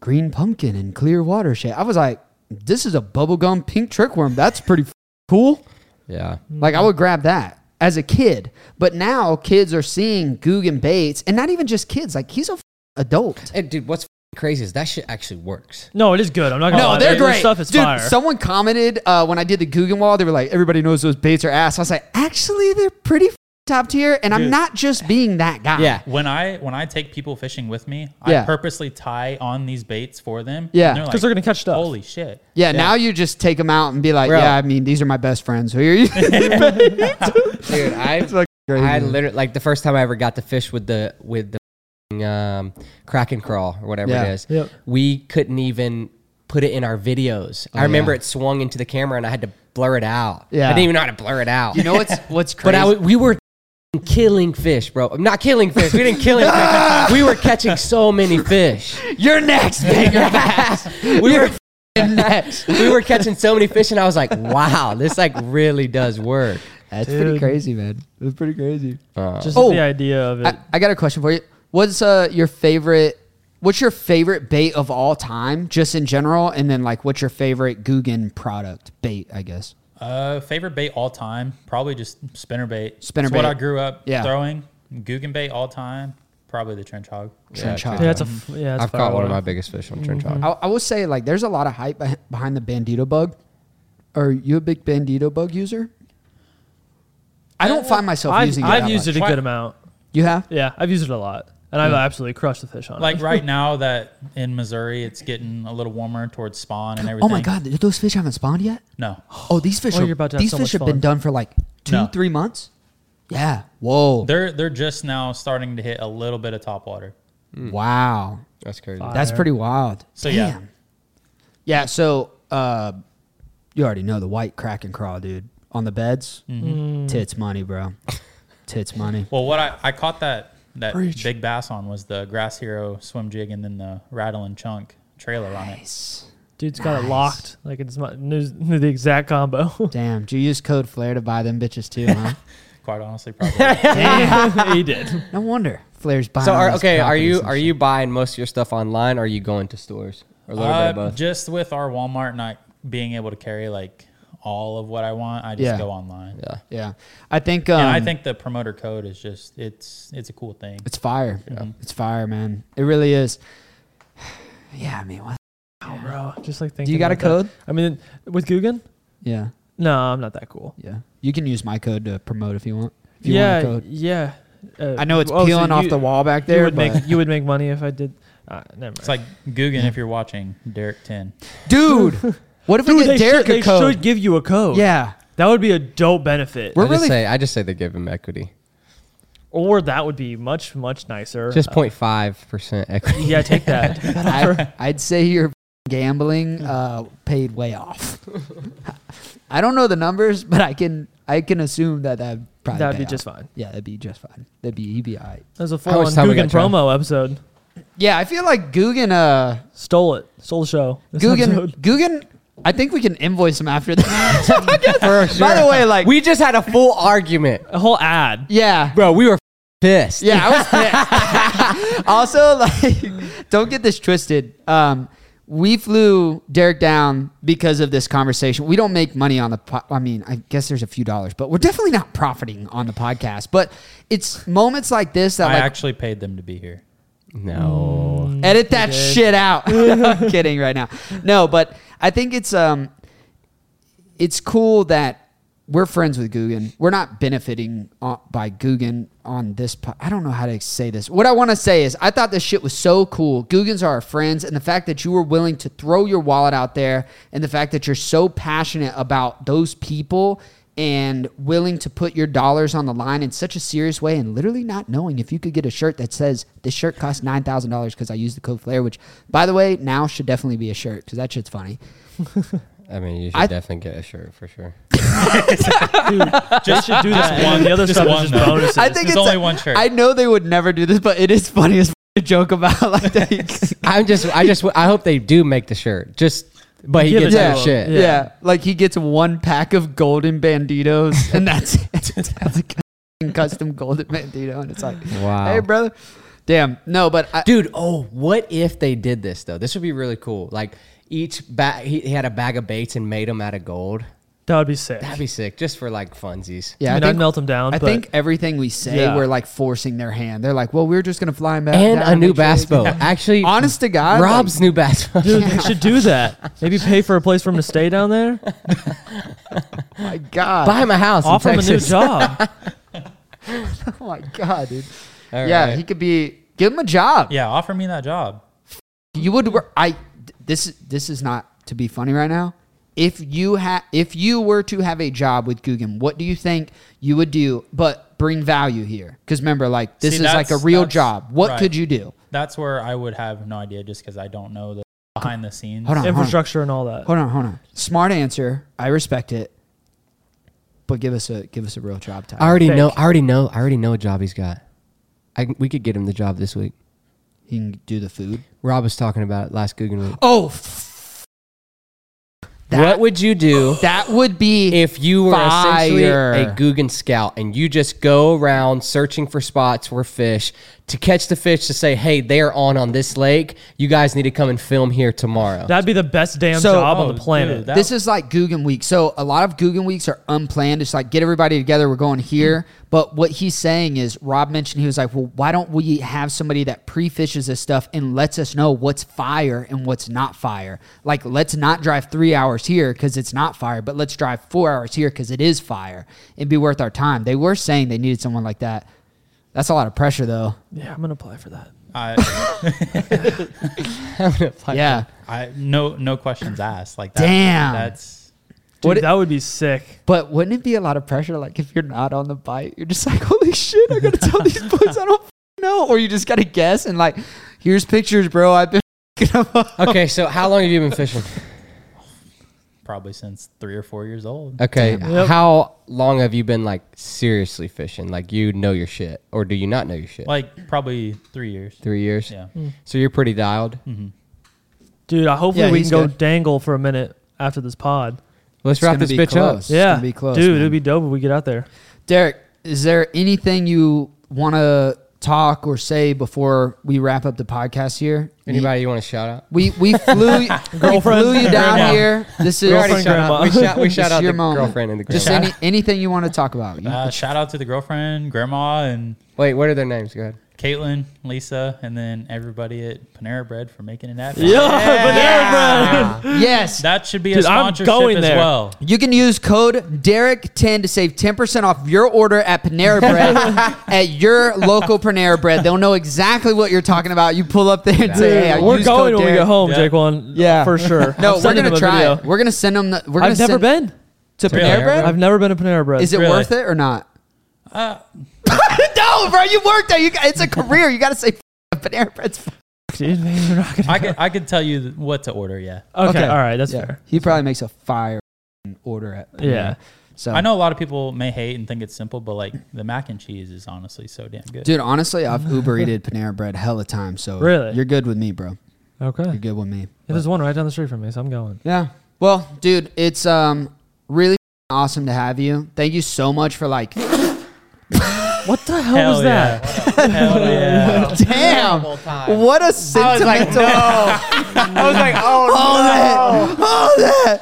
S2: green pumpkin and clear water shit. I was like, this is a bubblegum pink trickworm. That's pretty f- cool.
S3: Yeah.
S2: Like I would grab that as a kid, but now kids are seeing Guggen Bates, and not even just kids. Like he's a f- adult.
S3: Hey, dude, what's f***ing crazy is that shit actually works.
S4: No, it is good. I'm not gonna. lie. Oh, Their Stuff is
S2: Dude,
S4: fire.
S2: someone commented uh, when I did the Guggen wall. They were like, "Everybody knows those baits are ass." I was like, "Actually, they're pretty f- top tier," and I'm not just being that guy.
S3: Yeah.
S1: when I when I take people fishing with me, I
S2: Yeah.
S1: purposely tie on these baits for them.
S2: Yeah.
S1: And
S4: 'Cause they're gonna catch stuff.
S1: Holy shit!
S2: yeah, Now you just take them out and be like,
S3: Bro.
S2: "Yeah, I mean, these are my best friends." Who are you?
S3: Dude, I I literally like the first time I ever got to fish with the with the f***ing, um, crack and crawl or whatever
S2: Yeah.
S3: it is.
S4: Yep.
S3: We couldn't even put it in our videos. I remember it swung into the camera and I had to blur it out.
S2: Oh, Yeah.
S3: I didn't even know how to blur it out.
S2: you know what's what's crazy?
S3: but I, w- we were f***ing killing fish, bro. Not killing fish. We didn't kill anything. we were catching so many fish.
S2: You're next, bigger bass.
S3: We were
S2: You're
S3: f***ing-
S2: next.
S3: we were catching so many fish, and I was like, "Wow, this like really does work."
S2: That's pretty crazy, man. That's pretty crazy.
S4: Just
S2: Oh.
S4: the idea of it.
S2: I, I got a question for you. What's uh, your favorite? What's your favorite bait of all time, just in general, and then like, what's your favorite Guggen product bait? I guess.
S1: Uh, favorite bait all time, probably just spinner bait.
S2: Spinner
S1: It's what
S2: bait.
S1: I grew up
S2: Yeah.
S1: throwing. Guggen bait all time, probably the trench hog.
S2: Trench hog.
S4: yeah, that's a. f- Yeah, that's
S3: I've caught one of
S4: fire.
S3: my biggest fish on Trench Hog.
S2: I, I will say, like, there's a lot of hype beh- behind the Bandito bug. Are you a big Bandito bug user? I don't find myself
S4: I've,
S2: using it.
S4: I've
S2: that
S4: used
S2: much.
S4: it a
S1: Why-
S4: good amount.
S2: You have?
S4: Yeah, I've used it a lot, and I've absolutely crushed the fish on
S1: Like
S4: it.
S1: right now that in Missouri, it's getting a little warmer towards spawn and everything.
S2: Oh my God, th- those fish haven't spawned yet.
S1: No,
S2: Oh, these fish
S4: Oh,
S2: are,
S4: you're about to have
S2: these
S4: so
S2: fish
S4: much
S2: have been
S4: fun.
S2: done for like two,
S1: No.
S2: three months. Yeah. Whoa.
S1: they're they're just now starting to hit a little bit of top water.
S2: Wow.
S3: That's crazy.
S2: That's pretty wild.
S1: So, yeah.
S2: Yeah, so uh you already know the white crack and crawl, dude. On the beds.
S1: Mm-hmm.
S4: Mm.
S2: Tits money, bro. Tits money.
S1: Well, what I, I caught that that big bass on was the Grass Hero swim jig and then the rattle and chunk trailer on it.
S4: Dude's got it locked. Like it's my, knew, knew the exact combo.
S2: Damn. Do you use code Flair to buy them bitches too, huh?
S1: Quite honestly, probably.
S4: he did.
S2: no wonder. Flair's buying.
S3: So
S2: all
S3: are,
S2: these
S3: okay, are
S2: properties
S3: you
S2: and
S3: are
S2: shit.
S3: you buying most of your stuff online? or Are you going to stores or a little bit of
S1: Uh,
S3: both?
S1: just with our Walmart not being able to carry like all of what I want, I just
S2: Yeah.
S1: go online.
S3: yeah,
S2: Yeah. I think um
S1: And I think the promoter code is just it's it's a cool thing.
S2: it's fire. It's fire, man. It really is. Yeah, I mean what
S4: Bro, just like thinking.
S2: Do you got a
S4: about that.
S2: code?
S4: I mean, with Guggen?
S2: Yeah.
S4: No, I'm not that cool.
S2: Yeah. You can use my code to promote if you want. If you want
S4: yeah,
S2: a code.
S4: yeah. Uh,
S2: I know it's
S4: oh, so
S2: peeling off
S4: you-
S2: the wall back
S4: You
S2: there,
S4: would
S2: but
S4: make you would make money if I did. Uh, never mind.
S1: It's like Guggen if you're watching Derek Ten.
S2: dude. What if we get
S4: they,
S2: Derek
S4: should,
S2: a code?
S4: they should give you a code.
S2: yeah,
S4: that would be a dope benefit.
S2: we're
S3: I just
S2: really
S3: say I just say they give him equity,
S4: or that would be much much nicer.
S3: just 05 percent equity.
S4: yeah, take that.
S2: I, I'd say your gambling uh, paid way off. I don't know the numbers, but I can I can assume that that probably
S4: That'd
S2: pay
S4: be just
S2: off.
S4: fine.
S2: Yeah, that'd be just fine. That'd be EBI.
S4: That was a
S3: How
S4: full
S3: much
S4: on
S3: time we got,
S4: Guggen
S3: Trav?
S4: promo episode.
S2: Yeah, I feel like Guggen, uh,
S4: Stole it. Stole the show. This
S2: Guggen,
S4: episode.
S2: Guggen. I think we can invoice him after that. By the way, like,
S3: we just had a full argument,
S4: A whole ad.
S2: yeah,
S3: bro. We were pissed.
S2: Yeah, I was pissed. also, like, don't get this twisted. Um, we flew Derek down because of this conversation. We don't make money on the. Po- I mean, I guess there's a few dollars, but we're definitely not profiting on the podcast. But it's moments like this that
S1: I
S2: like
S1: actually paid them to be here.
S3: No,
S2: edit that shit out. I'm kidding right now. No, but I think it's um, it's cool that we're friends with Guggen. We're not benefiting uh, by Guggen on this. Po- I don't know how to say this. What I want to say is, I thought this shit was so cool. Guggen's are our friends, and the fact that you were willing to throw your wallet out there, and the fact that you're so passionate about those people and willing to put your dollars on the line in such a serious way, and literally not knowing if you could get a shirt that says this shirt costs nine thousand dollars because I used the code Flair, which, by the way, now should definitely be a shirt because that shit's funny.
S3: I mean, you should
S2: I-
S3: definitely get a shirt for sure.
S4: Just should do that one. The other
S1: Just
S4: stuff
S1: one,
S4: is
S1: though.
S4: just bonuses.
S2: I think
S1: There's
S2: it's
S1: only one shirt.
S2: I know they would never do this, but it is funny as f- to joke about like that.
S3: I'm just, I just, I hope they do make the shirt. Just, but he
S4: Give it
S3: gets
S4: to
S3: that
S4: him.
S3: shit.
S2: yeah. like he gets one pack of golden banditos, and that's it. That's like a custom golden bandito, and it's like,
S3: Wow.
S2: hey, brother, damn, no, but I,
S3: Dude, oh, what if they did this though? This would be really cool. Like each bag, he, he had a bag of baits and made them out of gold.
S4: that would be sick.
S3: That'd be sick, just for like funsies.
S2: yeah,
S4: I mean, I'd melt him down,
S2: I
S4: but-
S2: think everything we say,
S4: Yeah.
S2: we're like forcing their hand. They're like, well, we're just gonna fly him back
S3: And
S2: down
S3: a new
S2: Uh, make sure
S3: bass
S2: they get-
S3: boat. Actually,
S2: Honest to God,
S3: Rob's new bass boat.
S4: Dude, they should do that. Maybe pay for a place for him to stay down there.
S2: Oh my God,
S3: Buy him a house. in
S4: Offer him a new
S3: Texas.
S4: job.
S2: Uh-huh. oh my God, dude,
S3: All
S2: yeah,
S3: right.
S2: he could be. Give him a job.
S1: Yeah, offer me that job.
S2: You would. wor- I. This. This is not to be funny right now. If you ha if you were to have a job with Guggen, what do you think you would do? But bring value here, because remember, like this
S1: See,
S2: is like a
S1: that's-
S2: real
S1: that's-
S2: job. What
S1: right.
S2: could you do?
S1: That's where I would have no idea just because I don't know the behind the scenes.
S2: Hold on.
S4: Infrastructure and all that.
S2: Hold on. Hold on. Smart answer. I respect it. But give us a give us a real job title.
S3: I already
S4: Fake.
S3: know. I already know. I already know a job he's got. I, can- we could get him the job this week.
S2: You can do the food.
S3: Rob was talking about it last Guggen week.
S2: Oh. f- That
S3: what would you do
S2: that would be
S3: if you were essentially
S2: Fire.
S3: a Guggen scout and you just go around searching for spots for fish to catch the fish to say, "Hey, they are on on this lake. You guys need to come and film here tomorrow."
S4: That'd be the best damn
S2: So-
S4: job
S1: Oh,
S4: on the planet.
S1: dude, that-
S2: this is like Guggen week. So a lot of Guggen weeks are unplanned. It's like get everybody together. We're going here. But what he's saying is, Rob mentioned he was like, well, why don't we have somebody that pre-fishes this stuff and lets us know what's fire and what's not fire? Like, let's not drive three hours here because it's not fire, but let's drive four hours here because it is fire and be worth our time. They were saying they needed someone like that. That's a lot of pressure, though.
S4: Yeah, I'm gonna apply for that.
S1: I,
S2: yeah.
S1: I no no questions asked. Like that,
S2: Damn.
S1: that's
S4: Dude,
S2: What-
S4: that would be sick.
S2: But wouldn't it be a lot of pressure? Like if you're not on the bite, you're just like, holy shit, I gotta tell these boys I don't f- know, or you just gotta guess and like, here's pictures, bro. I've been f***ing them up.
S3: okay, so how long have you been fishing?
S1: probably since three or four years old.
S3: Okay,
S4: Yep.
S3: how long have you been like seriously fishing? Like you know your shit, or do you not know your shit?
S1: Like probably three years.
S3: Three years.
S1: Yeah.
S2: Hmm.
S3: So you're pretty dialed.
S4: Dude, I hopefully
S2: Yeah,
S4: we
S2: he's
S4: can go
S2: good.
S4: dangle for a minute after this pod.
S3: Let's wrap this bitch up.
S2: It's
S4: yeah,
S2: gonna be close,
S4: dude,
S2: man.
S4: it'd be dope if we get out there.
S2: Derek, is there anything you want to talk or say before we wrap up the podcast here?
S3: Anybody you want to shout out?
S2: We we flew we
S4: Girlfriend,
S2: flew you down
S4: grandma.
S2: here. This is
S3: We already
S4: Girlfriend,
S3: shout out.
S4: grandma.
S3: We shout, we
S2: this
S3: shout
S2: is
S3: out
S2: your
S3: the
S2: moment.
S3: girlfriend and the
S2: Just
S3: grandma.
S2: any, anything you want to talk about. You-
S1: Uh, shout out to the girlfriend, grandma, and
S3: Wait, what are their names? Go ahead.
S1: Caitlin, Lisa, and then everybody at Panera Bread for making it happen.
S4: Yeah, banana bread.
S2: yes.
S1: That should be a
S4: Dude, I'm
S1: sponsorship
S4: going
S1: as
S4: there.
S1: well.
S2: You can use code Derek10 to save 10% off your order at Panera Bread at your local Panera Bread. They'll know exactly what you're talking about. You pull up there and say, hey, I
S4: we're
S2: used code
S4: going when we
S2: Derek.
S4: get home,
S1: Yeah.
S4: Jake. One,
S2: Yeah.
S4: for sure.
S2: No,
S4: I'm
S2: we're
S4: sending
S2: going to
S4: him a
S2: try
S4: video.
S2: it. We're going to send them. The, we're gonna
S4: I've never
S2: send-
S4: been.
S2: to
S1: Panera
S2: Panera Bread.
S4: I've never been to Panera Bread.
S2: Is it
S1: Really?
S2: worth it or not? Uh, no, bro. You worked there. You, got- it's a career. You got to say f- Panera Bread's f-
S4: Dude, man, we're not gonna
S1: I could I could tell you what to order. Yeah,
S4: okay, all right, that's
S2: Yeah.
S4: fair.
S2: He probably makes a fire order at Panera.
S4: Yeah. Oh.
S2: So
S1: I know a lot of people may hate and think it's simple, but like the mac and cheese is honestly so damn good.
S2: Dude, honestly, I've Uber eated Panera Bread hella time. So
S4: Really?
S2: you're good with me, bro.
S4: Okay,
S2: You're good with me.
S4: Yeah, there's one right down the street from me, so I'm going.
S2: Yeah. Well, dude, it's um really awesome to have you. Thank you so much for like
S4: What the hell
S1: Hell
S4: was
S1: yeah.
S4: that?
S1: Hell yeah.
S2: damn. What a sentimental. I was like, oh, that. Oh,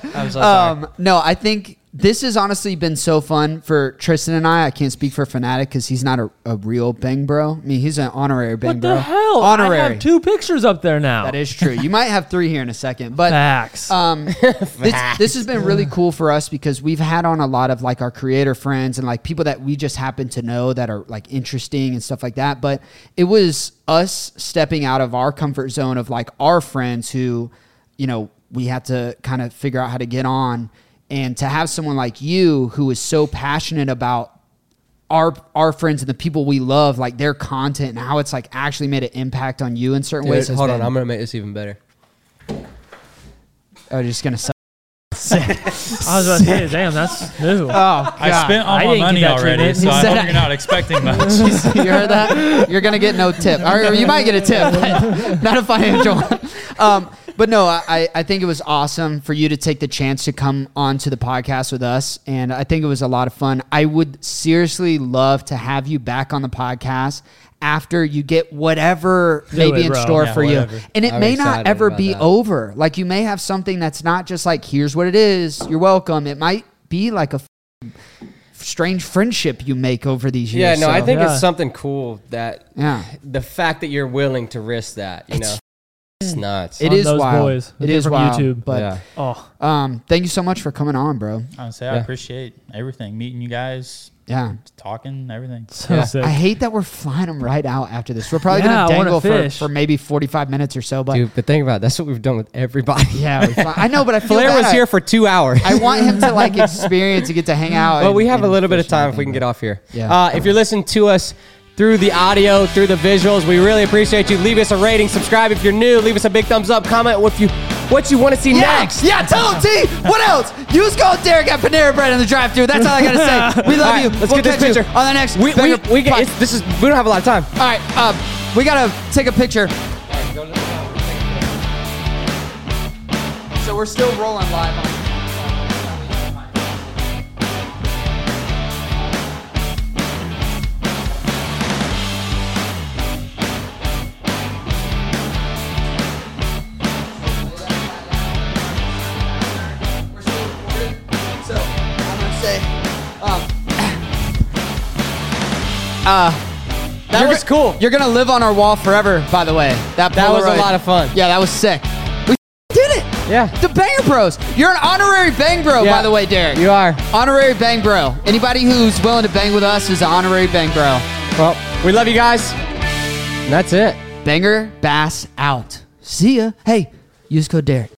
S2: that.
S3: I'm so
S2: Um, no, I think this has honestly been so fun for Tristan and I. I can't speak for Fanatic because he's not a, a real Bang Bro. I mean, he's an honorary Bang
S4: What
S2: Bro.
S4: the hell?
S2: Honorary.
S4: I have two pictures up there now. Uh,
S2: That is true. You might have three here in a second, but
S4: facts.
S2: um, this, this has been really cool for us because we've had on a lot of like our creator friends and like people that we just happen to know that are like interesting and stuff like that. But it was us stepping out of our comfort zone of like our friends who, you know, we had to kind of figure out how to get on. And to have someone like you who is so passionate about our our friends and the people we love, like their content and how it's like actually made an impact on you in certain
S3: Dude,
S2: ways. has
S3: hold on,
S2: been-
S3: I'm gonna make this even better.
S2: I was just gonna say.
S4: I was about to say, damn, that's new.
S2: Oh,
S1: I spent all
S4: I
S1: my
S4: didn't get
S1: money
S4: that
S1: already,
S4: treatment.
S1: so
S4: He
S1: I
S2: said
S1: hope
S2: I-
S1: you're not expecting much.
S2: you heard that? You're gonna get no tip, or you might get a tip, but not a financial one. Um, but no, I- I, I think it was awesome for you to take the chance to come onto the podcast with us, and I think it was a lot of fun. I would seriously love to have you back on the podcast after you get whatever may be
S4: it,
S2: in
S4: bro.
S2: store
S1: Yeah,
S2: for you,
S1: whatever.
S2: and it
S3: I'm
S2: may not
S3: excited
S2: ever
S3: about
S2: be
S3: that.
S2: over. Like you may have something that's not just like here's what it is. You're welcome. It might be like a f- strange friendship you make over these
S3: Yeah,
S2: years.
S3: no, I
S2: so-
S3: think
S4: Yeah.
S3: it's something cool that
S2: yeah.
S3: the fact that you're willing to risk that, you know, it's nuts.
S2: It
S4: on
S2: is
S4: those
S2: wild.
S4: boys.
S2: It
S4: They're
S2: is
S4: from
S2: wild.
S4: YouTube.
S2: But
S3: yeah.
S4: oh,
S2: um, thank you so much for coming on, bro.
S1: Honestly, I
S3: Yeah.
S1: appreciate everything. Meeting you guys,
S2: Yeah.
S1: talking, everything.
S4: so
S3: Yeah.
S4: sick.
S2: I hate that we're flying them right out after this. We're probably
S4: Yeah,
S2: gonna
S4: I wanna
S2: dangle for,
S4: fish.
S2: for maybe forty five minutes or so. But
S3: Dude, but think about it. That's what we've done with everybody.
S2: yeah, we fly- I know. But I feel
S3: Blair
S2: bad.
S3: was
S2: I-
S3: here for two hours.
S2: I want him to like experience and get to hang out.
S3: Well,
S2: and-
S3: we have a
S2: and
S3: little bit
S2: fish
S3: of
S2: and
S3: time if we
S2: everything,
S3: can get off here.
S2: Yeah.
S3: Uh, if you're listening to us through the audio, through the visuals, we really appreciate you. Leave us a rating, subscribe if you're new, leave us a big thumbs up, comment what you what you want to see
S2: Yeah,
S3: next.
S2: yeah. Tell him, T. What else? You just go, Derek, at Panera Bread in the drive-through. That's all I gotta say. We love
S3: All right,
S2: you.
S3: Let's
S2: We'll
S3: get this
S2: catch you
S3: picture
S2: on the next.
S3: We we,
S2: Banger
S3: we get,
S2: Pod-
S3: it's, this is we don't have a lot of time.
S2: All right, um, we gotta take a picture. So we're still rolling live. On. We're still recording. So I'm gonna say, um, uh, that
S3: You're just cool.
S2: You're gonna live on our wall forever. By the way, that
S3: That was a
S2: Polaroid.
S3: lot of fun.
S2: Yeah, that was sick. We did it.
S3: Yeah.
S2: The Banger Bros. You're an honorary Bang Bro, by
S3: Yeah.
S2: the way, Derek.
S3: You are.
S2: Honorary Bang Bro. Anybody who's willing to bang with us is an honorary Bang Bro.
S3: Well, we love you guys. And that's it.
S2: Banger Bass out. See ya. Hey, use code Derek.